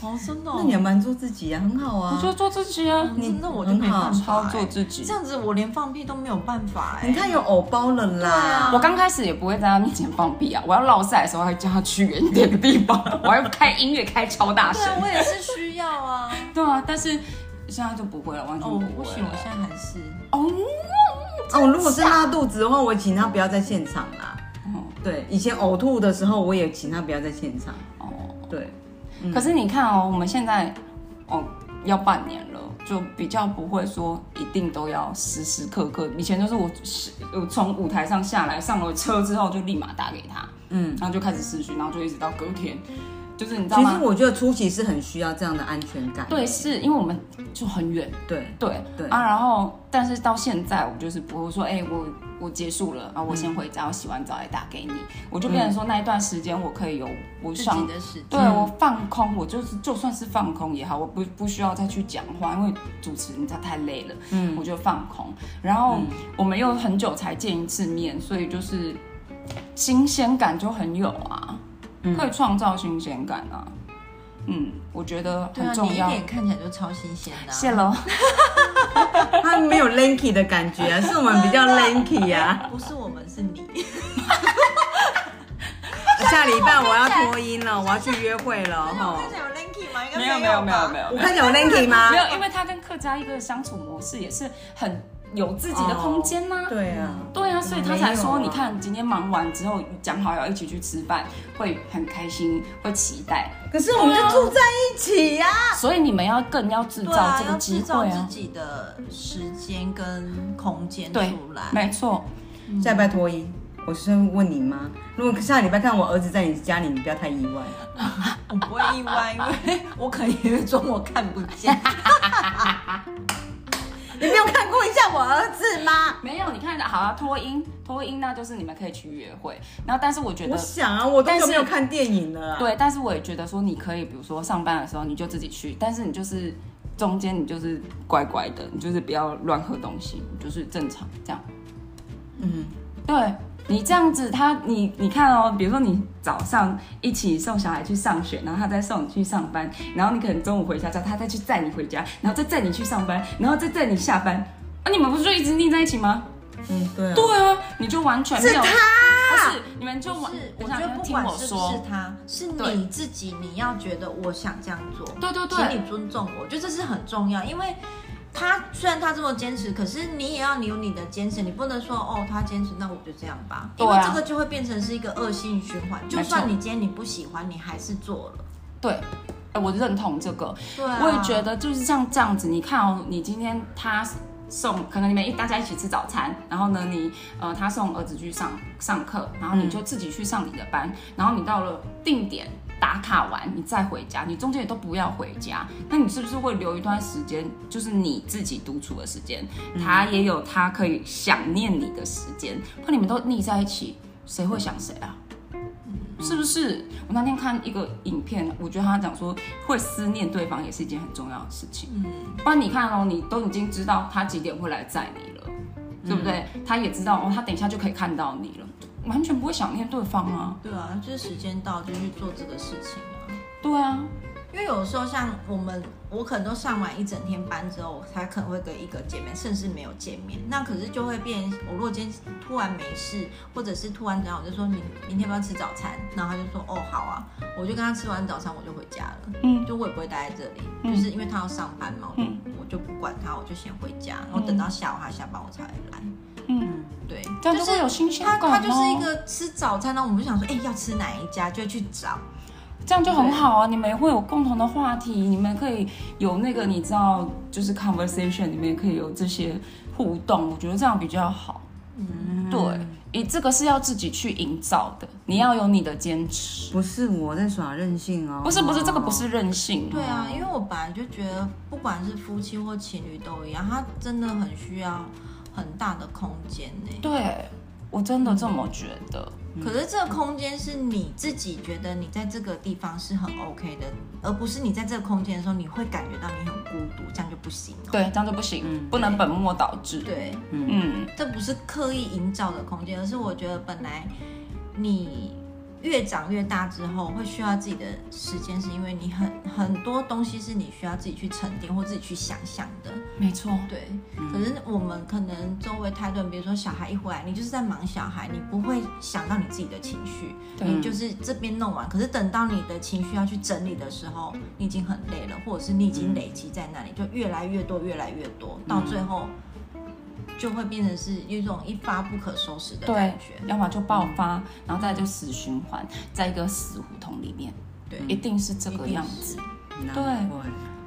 哦，真的、那你还蛮做自己啊，很好我啊就。做自己啊，你那我就很没好办超法、做欸，自己这。样子我连放屁都没有办法哎、你看有偶包了啦，我刚开始也不会在他面前放屁啊，我要落赛的时候还叫他去远一点的地方， 我还开音乐开超大对声。啊，我也是需要 啊。对啊，但是现在就不会了，完全哦，不我会不行，了我现在还是哦，哦，如果是拉肚子的话，我请他不要在现场啦。哦对，以前呕吐的时候，我也请他不要在现场。哦对，可是你看哦，我们现在哦要半年了，就比较不会说一定都要时时刻刻。以前就是我是我从舞台上下来，上了车之后就立马打给他，嗯，然后就开始试训，然后就一直到隔天，就是你知道其实吗？我觉得初期是很需要这样的安全感。对，是因为我们就很远，对，对对啊，然后但是到现在我就是不会说，哎、我我结束了啊，我先回家，我洗完澡来打给你，我就变成说那一段时间我可以有我自想己，的时对间。我放空，我就是就算是放空也好，我不不需要再去讲话，因为主持人他太累了，嗯，我就放空。然后我们又很久才见一次面，所以就是新鲜感就很有啊，可以创造新鲜感啊，嗯，我觉得对很啊，重你一啊要。 脸看起来就超新鲜的、啊。谢喽。他们没有 lanky 的感觉啊，是我们比较 lanky 啊。 不是我们是 你，下礼拜我要脱音了，我要去约会了哈。看起来有 Linky 吗？应该没有有没有没有没有。有我看起来有 lanky 吗没？有，因为他跟客家一个相处模式也是很有自己的空间呐、对啊，对啊，所以他才说，没有啊你看今天忙完之后，讲好要一起去吃饭，会很开心，会期待。可是我们就住在一起呀、所以你们要更要制对造啊，这个要机制造会啊自，己的时间跟空间对出来，。没错。下礼拜脱音，我是问你妈，如果下礼拜看我儿子在你家里，你不要太意外。我不会意外，因为 我可能也会装我看不见。你没有看过一下我儿子吗？没有，你看，好啊，脱音，脱音，那就是你们可以去约会。然后，但是我觉我得，想啊，我都但是没有看电影了啊。对，但是我也觉得说，你可以，比如说上班的时候你就自己去，但是你就是中间你就是乖乖的，你就是不要乱喝东西，你就是正常这样。嗯，对你这样子他，你你看哦，比如说你早上一起送小孩去上学，然后他再送你去上班，然后你可能中午回家之后，他再去载你回家，然后再载你去上班，然后再载你下班，啊，你们不是就一直腻在一起吗？嗯，对啊。对啊，你就完全没有，是他不是你们就完，是，我我想觉你得们不听管我是不是说，他，是对你自己，你要觉得我想这样做，对对对，请你尊重我，我觉得这是很重要，因为。他虽然他这么坚持，可是你也要有你的坚持，你不能说哦，他坚持，那我就这样吧，因为对啊这个就会变成是一个恶性循环。就算你今天你不喜欢，你还是做了。对，呃我认同这个，对、啊，我也觉得就是像这样子。你看哦，你今天他送，可能你们一大家一起吃早餐，然后呢，你呃他送儿子去上上课，然后你就自己去上你的班，然后你到了定点打卡完，你再回家，你中间也都不要回家，那你是不是会留一段时间，就是你自己独处的时间？他也有他可以想念你的时间，怕你们都腻在一起，谁会想谁啊？是不是？我那天看一个影片，我觉得他讲说会思念对方也是一件很重要的事情。嗯，不然你看哦，你都已经知道他几点会来载你了，对不对？嗯他也知道哦，他等一下就可以看到你了，完全不会想念对方啊。对啊，就是时间到就去做这个事情啊。对啊，因为有时候像我们，我可能都上完一整天班之后，我才可能会跟一个见面，甚至没有见面。那可是就会变，我如果今天突然没事，或者是突然这样，我就说明明天要不要吃早餐，然后他就说哦好啊， 我就跟他吃完早餐我就回家了，嗯，就我也不会待在这里，嗯就是因为他要上班嘛，我就、嗯我就不管他，我就先回家，然后等到下午他下班我才来，嗯，对，这样就就会是有新鲜他感、哦他就是一个吃早餐，然后我们就想说，哎、要吃哪一家，就会去找。这样就很好啊，你们也会有共同的话题，你们可以有那个你知道，就是 conversation 里面可以有这些互动，我觉得这样比较好。嗯，对，你这个是要自己去营造的，你要有你的坚持，不是我在耍任性哦。不是不是，这个不是任性，对啊，因为我本来就觉得，不管是夫妻或情侣都一样，他真的很需要很大的空间呢、对我真的这么觉得，可是这个空间是你自己觉得你在这个地方是很 OK 的，而不是你在这个空间的时候，你会感觉到你很孤独，这样就不行哦、对，这样就不行，不能本末倒置，，对，嗯，这不是刻意营造的空间，而是我觉得本来你越长越大之后，会需要自己的时间，是因为你很很多东西是你需要自己去沉淀或自己去想象的。没错，对，可嗯是我们可能周围太多人，比如说小孩一回来，你就是在忙小孩，你不会想到你自己的情绪，对你就是这边弄完，可是等到你的情绪要去整理的时候，你已经很累了，或者是你已经累积在嗯那里，就越来越多，越来越多，到最后就会变成是一种一发不可收拾的对感觉，。要么就爆发，然后再就死循环，在一个死胡同里面，对一定是这一个定样是子，难对怪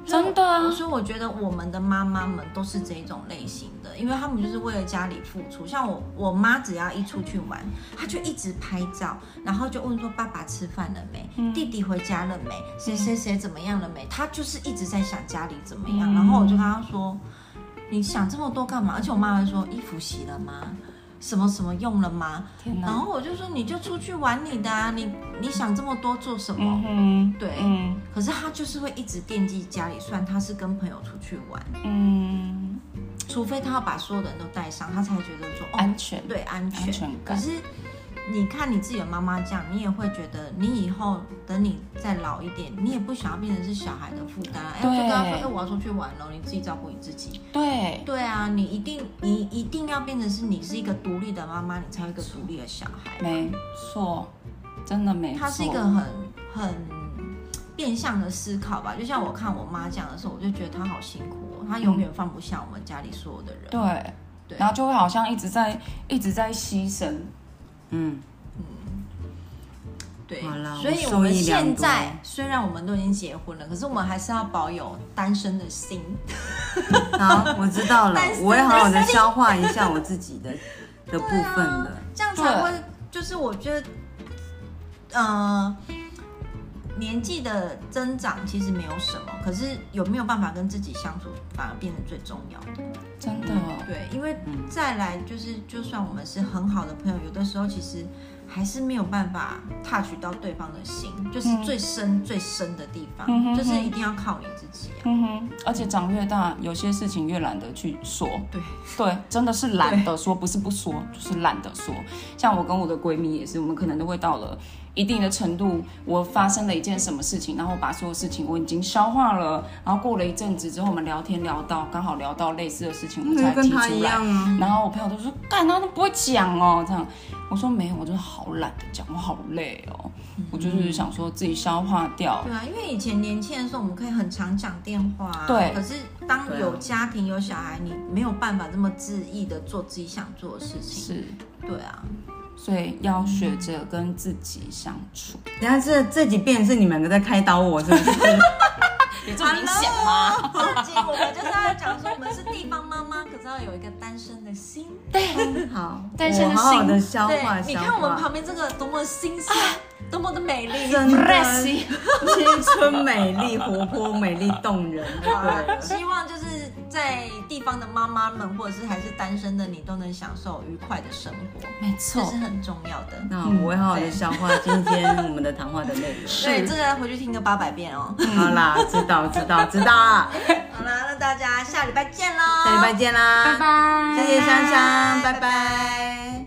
真的啊，所以我觉得我们的妈妈们都是这一种类型的，因为她们就是为了家里付出。像我，我妈只要一出去玩，她就一直拍照，然后就问说爸爸吃饭了没，嗯弟弟回家了没，谁谁谁怎么样了没，她就是一直在想家里怎么样。嗯然后我就跟她说，你想这么多干嘛？而且我妈还说衣服洗了吗？什么什么用了吗？天然哪，后我就说你就出去玩你的啊，你你想这么多做什么？嗯哼，对嗯。可是他就是会一直惦记家里，虽然他是跟朋友出去玩，嗯，除非他要把所有人都带上，他才觉得说哦，安全，对安全。安全感可是你看你自己的妈妈这样，你也会觉得你以后等你再老一点，你也不想要变成是小孩的负担。哎，对就跟他说，哎，我要出去玩了，你自己照顾你自己。对，对啊，你一定你一定要变成是你是一个独立的妈妈，你才有一个独立的小孩。没错，真的没错。它是一个很很变相的思考吧。就像我看我妈这样的时候，我就觉得她好辛苦、哦，她永远放不下我们家里所有的人。对，对然后就会好像一直在一直在牺牲，嗯，对好啦，所以我我们受益良现多在虽然我们都已经结婚了，可是我们还是要保有单身的心。好，我知道了但，是我会好好的消化一下我自己的的部分的。这样才会，就是我觉得，呃，年纪的增长其实没有什么，可是有没有办法跟自己相处，反而变得最重要的。真的。对，因为嗯再来就是，就算我们是很好的朋友，有的时候其实还是没有办法 touch 到对方的心，就是最深最深的地方，嗯嗯哼哼就是一定要靠你自己啊。嗯哼，而且长越大，有些事情越懒得去说。对对，真的是懒得说，不是不说，就是懒得说。像我跟我的闺蜜也是，我们可能都会到了一定的程度，我发生了一件什么事情，然后把所有事情我已经消化了，然后过了一阵子之后，我们聊天聊到刚好聊到类似的事情，我们那才就跟提他一出来。样啊，然后我朋友都说：“干，他都不会讲哦。”这样，我说没有，我就是好懒得讲，我好累哦，我就是想说自己消化掉。对啊，因为以前年轻的时候，我们可以很常讲电话、啊，对可是当对啊有家庭有小孩，你没有办法这么恣意的做自己想做的事情。是，对啊，所以要学着跟自己相处。等下这这几遍是你们两个在开导我，是不 是？有这么明显吗？这集我们就是要讲说，我们是地方妈妈，可是要有一个单身的心。好，但是我好好的消对化，你消看我们化，旁边这个多么新 鲜，多么的美丽。真的 Bless 青春美丽、活泼美丽、动 人，对啊了希望就是在地方的妈妈们，或者是还是单身的你，都能享受愉快的生活，没这错是，很重要的。那我会好好的消化今天我们的谈话的内容。对，这个回去听个八百遍哦。好啦，知道知道知道啦，好啦，那大家下礼拜见喽，下礼拜见啦，拜。谢谢珊珊，拜拜拜